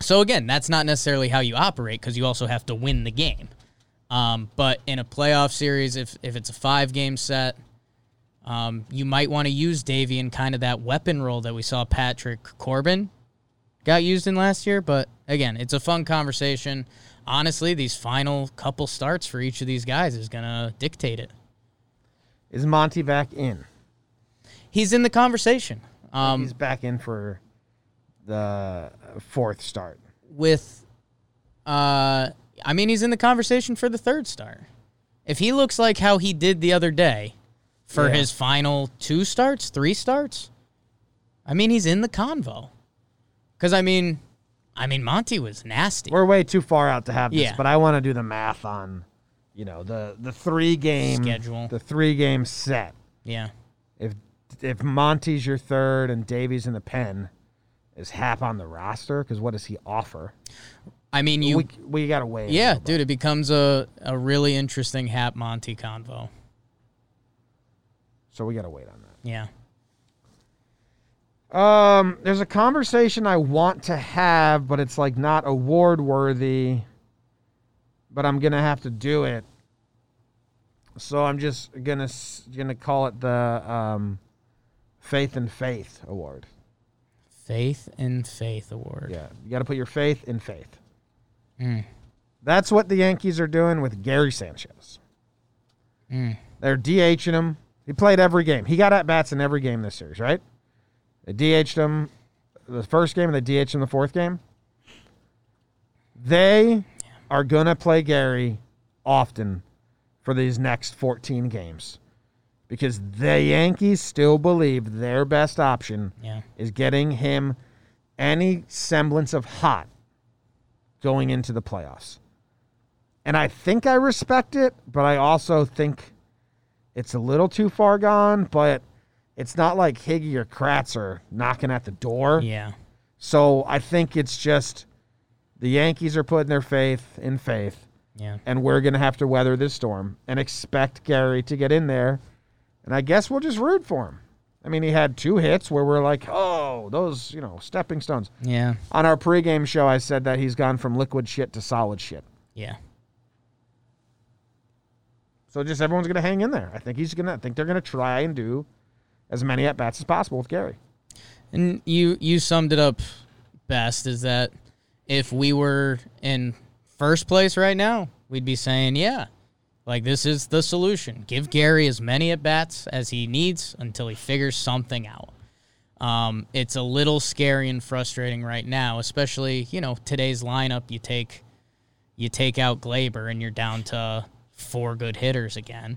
so again, that's not necessarily how you operate because you also have to win the game. Um, but in a playoff series, if if it's a five game set, um, you might want to use Davey in kind of that weapon role that we saw Patrick Corbin got used in last year. But again, it's a fun conversation. Honestly, these final couple starts for each of these guys is gonna dictate it.
Is Monty back in?
He's in the conversation. Um,
He's back in for the fourth start.
with uh I mean he's in the conversation for the third star. If he looks like how he did the other day for
Yeah.
his final two starts, three starts, I mean he's in the convo. Cuz I mean I mean Monty was nasty.
We're way too far out to have this,
Yeah.
but I want to do the math on, you know, the the three game
Schedule.
the three game set.
yeah.
If if Monty's your third and Davies in the pen, is Hap on the roster? Because what does he offer?
I mean you
we we got to wait.
Yeah, dude, it becomes a a really interesting Hap Monty convo.
So we got to wait on that.
Yeah.
Um, there's a conversation I want to have, but it's like not award worthy. But I'm gonna have to do it. So I'm just gonna s- gonna call it the um, faith and faith award.
Faith and Faith Award.
Yeah, you got to put your faith in faith. That's what the Yankees are doing with Gary Sanchez. They're DHing him. He played every game. He got at bats in every game this series, right? They DH'd him the first game and they DH'd him the fourth game. They are going to play Gary often for these next 14 games because the Yankees still believe their best option
Yeah.
is getting him any semblance of hot going into the playoffs. And I think I respect it, but I also think it's a little too far gone, but it's not like Higgy or Kratz are knocking at the door.
Yeah.
So I think it's just the Yankees are putting their faith in faith
Yeah.
and we're going to have to weather this storm and expect Gary to get in there. And I guess we'll just root for him. I mean, he had two hits where we're like, oh, those, you know, stepping stones.
Yeah.
On our pregame show, I said that he's gone from liquid shit to solid shit.
Yeah.
So just everyone's going to hang in there. I think he's going to, I think they're going to try and do as many at bats as possible with Gary.
And you you summed it up best is that if we were in first place right now, we'd be saying, yeah, like this is the solution. Give Gary as many at bats as he needs until he figures something out. Um, it's a little scary and frustrating right now, especially you know today's lineup. You take you take out Glaber and you're down to four good hitters again.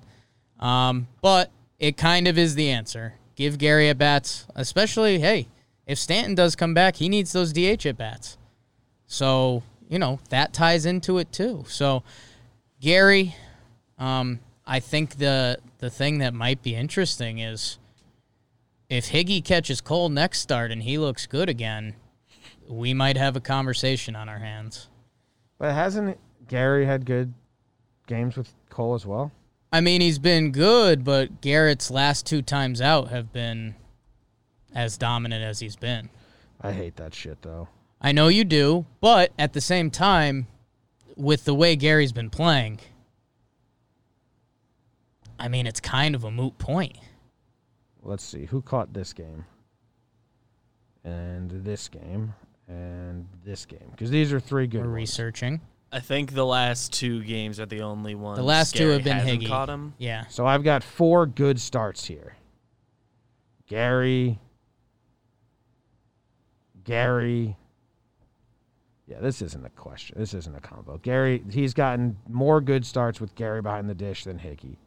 Um, but it kind of is the answer. Give Gary at bats, especially hey, if Stanton does come back, he needs those DH at bats. So you know that ties into it too. So Gary, um, I think the the thing that might be interesting is if Higgy catches Cole next start and he looks good again, we might have a conversation on our hands.
But hasn't Gary had good games with Cole as well?
I mean, he's been good, but Garrett's last two times out have been as dominant as he's been.
I hate that shit though.
I know you do, but at the same time, with the way Gary's been playing, I mean, it's kind of a moot point.
Let's see who caught this game and this game and this game because these are three good
We're
ones.
researching.
I think the last two games are the only ones.
The last two
Gary
have been
hasn't
Higgy.
Caught him.
Yeah.
So I've got four good starts here. Gary. Gary. Yeah, this isn't a question. This isn't a combo. Gary, he's gotten more good starts with Gary behind the dish than Hickey.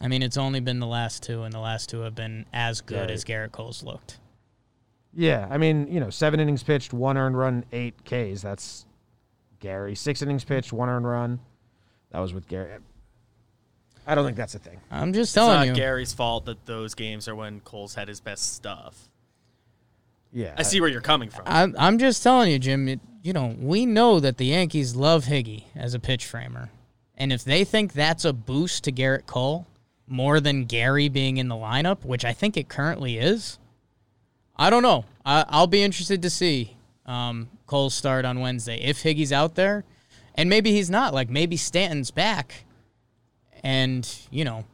I mean, it's only been the last two, and the last two have been as good
Right.
as Garrett Cole's looked.
Yeah, I mean, you know, seven innings pitched, one earned run, eight Ks. That's Gary. Six innings pitched, one earned run. That was with Gary. I don't think that's a thing.
I'm just
It's not
telling you.
Gary's fault that those games are when Cole's had his best stuff.
Yeah.
I see where you're coming from.
I'm, I'm just telling you, Jim. It, you know, we know that the Yankees love Higgy as a pitch framer, and if they think that's a boost to Garrett Cole more than Gary being in the lineup, which I think it currently is, I don't know. I, I'll be interested to see um, Cole's start on Wednesday if Higgy's out there, and maybe he's not. Like maybe Stanton's back, and you know,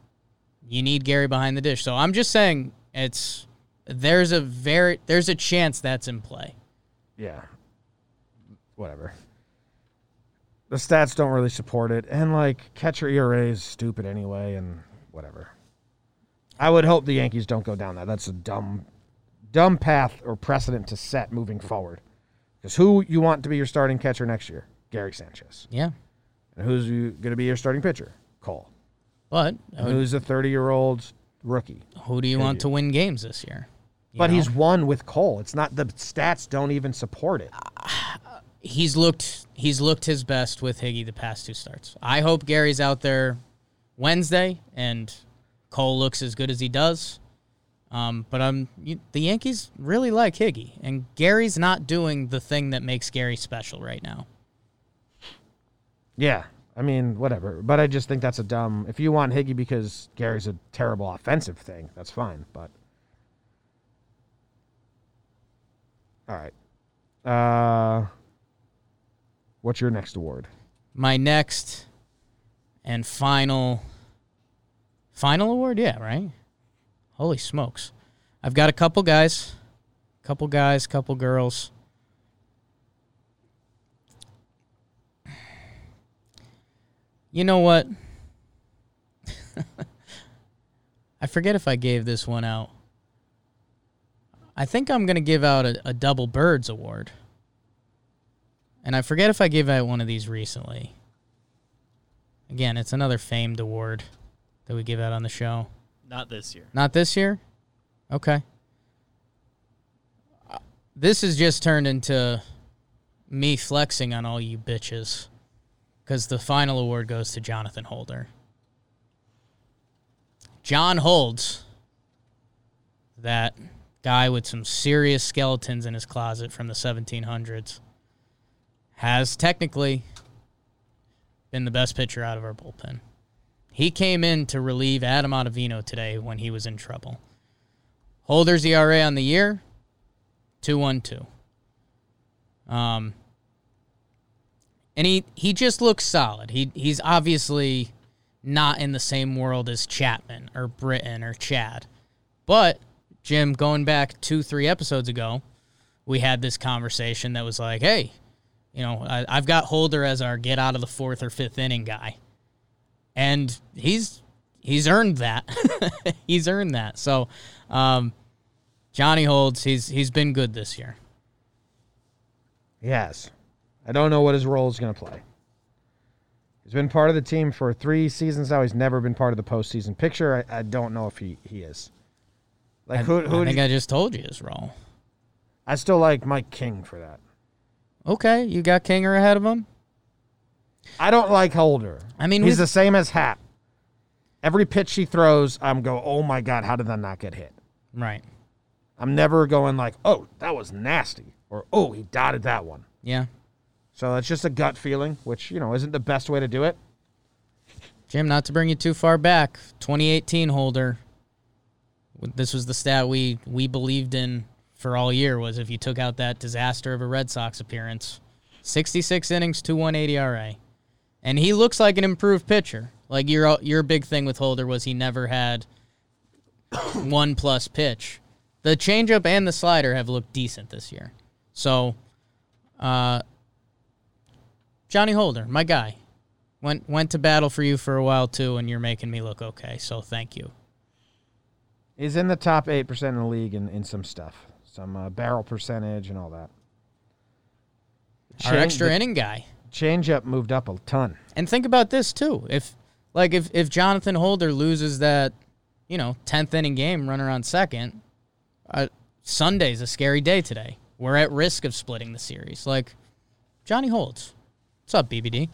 you need Gary behind the dish. So I'm just saying it's. There's a very there's a chance that's in play.
yeah, whatever. The stats don't really support it, and like catcher ERA is stupid anyway, and whatever. I would hope the Yankees don't go down that. That's a dumb, dumb path or precedent to set moving forward. Because who you want to be your starting catcher next year? Gary Sanchez.
Yeah.
And who's going to be your starting pitcher? Cole.
But
And who's a 30 year old rookie?
who do you want to win games this year? You
But
know?
he's won with Cole. It's not the stats don't even support it.
he's looked he's looked his best with Higgy the past two starts. I hope Gary's out there Wednesday and Cole looks as good as he does. Um, but I'm you, the Yankees really like Higgy and Gary's not doing the thing that makes Gary special right now.
Yeah. I mean, whatever. But I just think that's a dumb. If you want Higgy because Gary's a terrible offensive thing, that's fine. But. All right. Uh, what's your next award?
My next and final final award, yeah, right? Holy smokes. I've got a couple guys, couple guys, couple girls. You know what? I forget if I gave this one out. I think I'm going to give out a, a Double Birds Award. And I forget if I gave out one of these recently. Again, it's another famed award that we give out on the show.
Not this year.
Not this year? Okay. This has just turned into me flexing on all you bitches because the final award goes to Jonathan Holder. John Holds, that guy with some serious skeletons in his closet from the 1700s, has technically been the best pitcher out of our bullpen. He came in to relieve Adam Ottavino today when he was in trouble. Holder's ERA on the year, 2.12. Um, and he, he just looks solid. He he's obviously not in the same world as Chapman or Britton or Chad, but Jim, going back two, three episodes ago, we had this conversation that was like, hey, you know, I, I've got Holder as our get out of the fourth or fifth inning guy, and he's he's earned that. he's earned that. So, um, Johnny Holds, he's he's been good this year.
He has. I don't know what his role is going to play. He's been part of the team for three seasons now. He's never been part of the postseason picture. I, I don't know if he, he is. Like who?
I,
Who?
I
do
think
you-
I just told you his role.
I still like Mike King for that.
Okay, you got Kinger ahead of him.
I don't like Holder.
I mean,
he's
we've-
the same as Hap. Every pitch he throws, I'm go, oh my god, how did that not get hit?
Right.
I'm never going like, oh, that was nasty, or oh, he dotted that one.
Yeah.
So that's just a gut feeling, which you know isn't the best way to do it.
Jim, not to bring you too far back, 2018 holder. This was the stat we we believed in for all year was if you took out that disaster of a Red Sox appearance, 66 innings, 2.180 ERA, and he looks like an improved pitcher. Like your your big thing with Holder was he never had one plus pitch. The changeup and the slider have looked decent this year. So, uh, Johnny Holder, my guy, went went to battle for you for a while too, and you're making me look okay. So thank you.
He's in the top eight percent in the league in, in some stuff, some uh, barrel percentage and all that.
Our extra
the
inning guy.
changeup moved up a ton.
And think about this too. If like if if Jonathan Holder loses that, you know, tenth inning game, runner on second, uh, Sunday's a scary day today. We're at risk of splitting the series. Like Johnny Holds. What's up, BBD?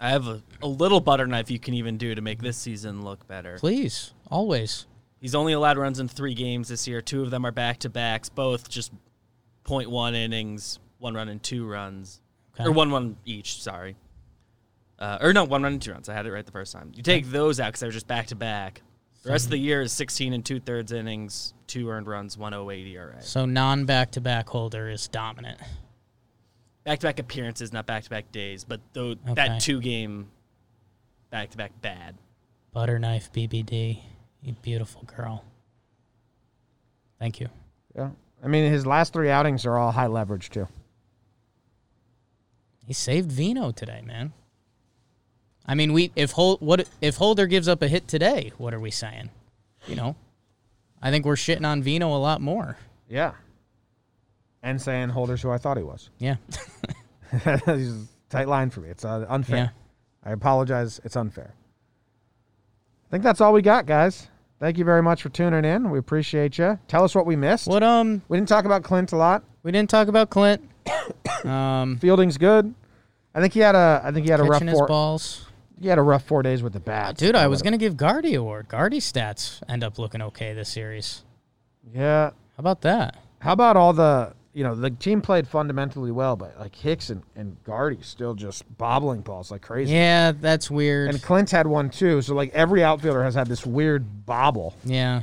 I have a, a little butter knife you can even do to make this season look better.
Please, always.
He's only allowed runs in three games this year. Two of them are back to backs, both just 0.1 innings, one run and two runs,
Okay.
or one run each. Sorry, uh, or no, one run and two runs. I had it right the first time. You take those out because they were just back to back. The rest of the year is 16 and two thirds innings, two earned runs, 108 ERA.
So non back to back Holder is dominant.
Back to back appearances, not back to back days, but though
Okay.
that two game back to back bad.
Butter knife, BBD. You beautiful girl. Thank you.
Yeah, I mean his last three outings are all high leverage too.
He saved Vino today, man. I mean, we if Hol, what if Holder gives up a hit today? What are we saying? You know, I think we're shitting on Vino a lot more.
Yeah, and saying Holder's who I thought he was.
Yeah,
He's a tight line for me. It's uh, unfair.
Yeah.
I apologize. It's unfair. I think that's all we got, guys. Thank you very much for tuning in. We appreciate you. Tell us what we missed.
what um,
We didn't talk about Clint a lot.
we didn't talk about Clint. Um,
Fielding's good. I think he had a. I think he had a rough
catching his
four.
balls,
He had a rough four days with the bat.
dude. I was gonna give Guardy award. Guardy stats end up looking okay this series.
Yeah.
How about that?
How about all the? You know, the team played fundamentally well, but like Hicks and and Guardy still just bobbling balls like crazy.
Yeah, that's weird.
And Clint had one too. So like every outfielder has had this weird bobble.
yeah,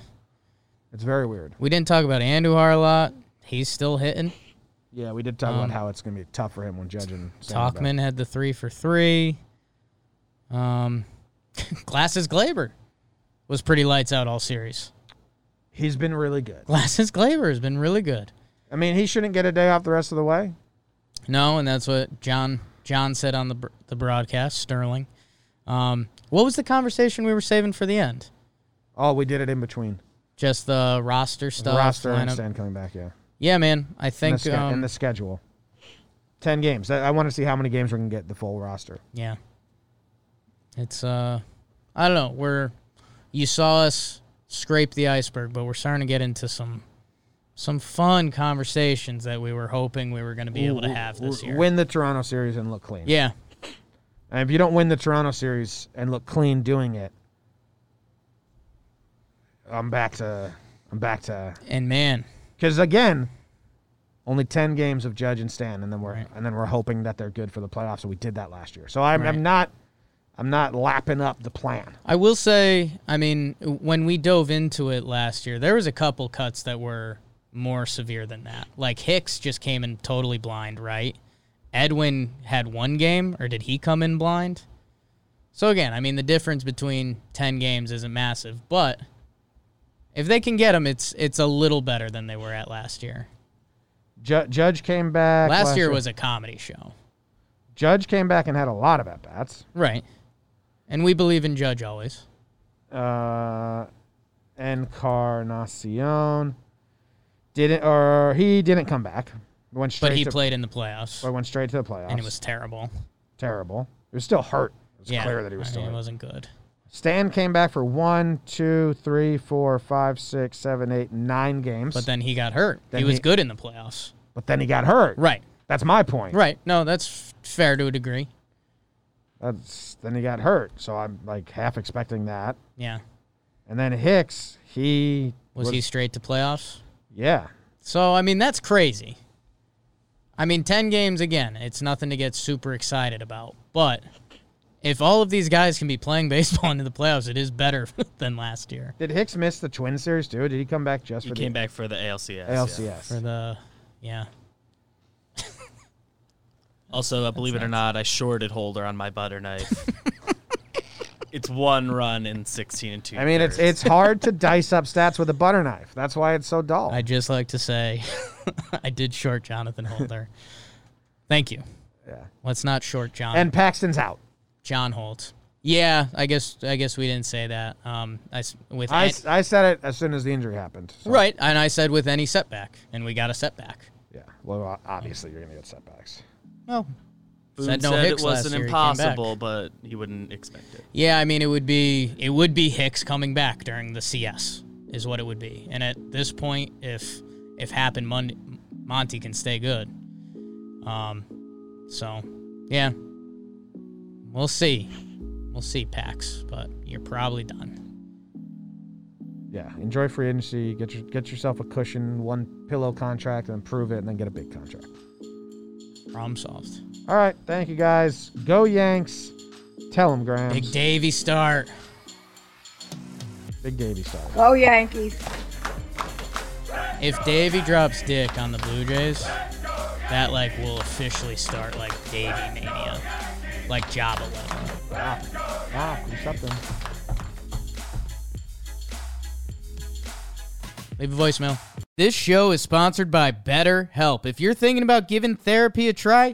It's very weird.
we didn't talk about Andujar a lot. He's still hitting.
Yeah, we did talk
Um,
about how it's going to be tough for him when judging. Sandberg.
Talkman had the three for three. Um, Glasses Glaber was pretty lights out all series.
He's been really good.
Glasses Glaber has been really good.
I mean, he shouldn't get a day off the rest of the way.
No, and that's what John John said on the br- the broadcast. Sterling. Um, what was the conversation we were saving for the end?
Oh, we did it in between.
Just the roster stuff.
Roster and
lineup.
Stan coming back, yeah.
Yeah, man. I
And the,
think.
ske- and
um,
the schedule. 10 games. I, I want to see how many games we can get the full roster.
Yeah. It's uh I don't know, we're you saw us scrape the iceberg, but we're starting to get into some some fun conversations that we were hoping we were going to be able to have this year.
Win the Toronto series and look clean.
yeah.
And if you don't win the Toronto series and look clean doing it, I'm back to. I'm back to.
And man,
Because again, only ten games of Judge and Stan, and then we're
Right.
and then we're hoping that they're good for the playoffs. And we did that last year, so I'm,
Right.
I'm not, I'm not lapping up the plan.
I will say, I mean, when we dove into it last year, there was a couple cuts that were more severe than that. Like Hicks just came in totally blind, right? Edwin had one game, or did he come in blind? So again, I mean, the difference between ten games isn't massive, but If they can get him, it's it's a little better than they were at last year.
Ju- Judge came back.
Last year was a comedy show,
Judge came back and had a lot of at bats.
right? And we believe in Judge always.
Uh, Encarnacion didn't, or he didn't come back. Went straight.
But he
to,
played in the playoffs,
Went straight to the playoffs.
and it was terrible.
terrible. He was still hurt. It was
yeah,
clear that he was
I
still.
mean,
hurt.
It wasn't good.
Stan came back for one, two, three, four, five, six, seven, eight, nine games.
But then he got hurt.
Then
he was
he-
good in the playoffs.
but then he got hurt.
Right.
That's my point.
Right. No, that's f- fair to a degree.
That's then he got hurt. So I'm like half expecting that.
Yeah.
And then Hicks, he
Was, he straight to playoffs?
Yeah.
So I mean, that's crazy. I mean, ten games again. It's nothing to get super excited about. But if all of these guys can be playing baseball into the playoffs, it is better than last year
Did Hicks miss the twin series too? Did he come back just
He
for
came
the
back for the ALCS. yeah.
ALCS?
for the yeah.
Also, uh, believe it or not, I shorted Holder on my butter knife. it's one run in 16 and two.
I mean, it's
thirds.
it's hard to dice up stats with a butter knife. That's why it's so dull.
I just like to say, I did short Jonathan Holder. Thank you.
Yeah.
Let's not short John.
and Paxton's out.
John Holt. Yeah, I guess I guess we didn't say that. Um, I s- with
I,
an-
s- I said it as soon as the injury happened. so-
right, and I said with any setback, and we got a setback.
Yeah. Well, o- obviously you're gonna get setbacks. Oh.
Well,
Boone
said no Hicks
it
last
wasn't
year, he came back.
impossible, but he wouldn't expect it.
yeah, I mean it would be it would be Hicks coming back during the CS is what it would be, and at this point, if if happen Monday, Monty can stay good. Um, so yeah, we'll see, we'll see Pax, but you're probably done.
Yeah. Enjoy free agency. Get your, get yourself a cushion, one pillow contract, and improve it, and then get a big contract.
Problem solved.
All right. Thank you guys. Go Yanks. Tell them, Graham.
Big Davy start.
Big Davey style.
Go Yankees.
If Davey drops dick on the Blue Jays, that like will officially start like Davey mania, like Java level.
Ah, do something.
Leave a voicemail. This show is sponsored by BetterHelp. If you're thinking about giving therapy a try,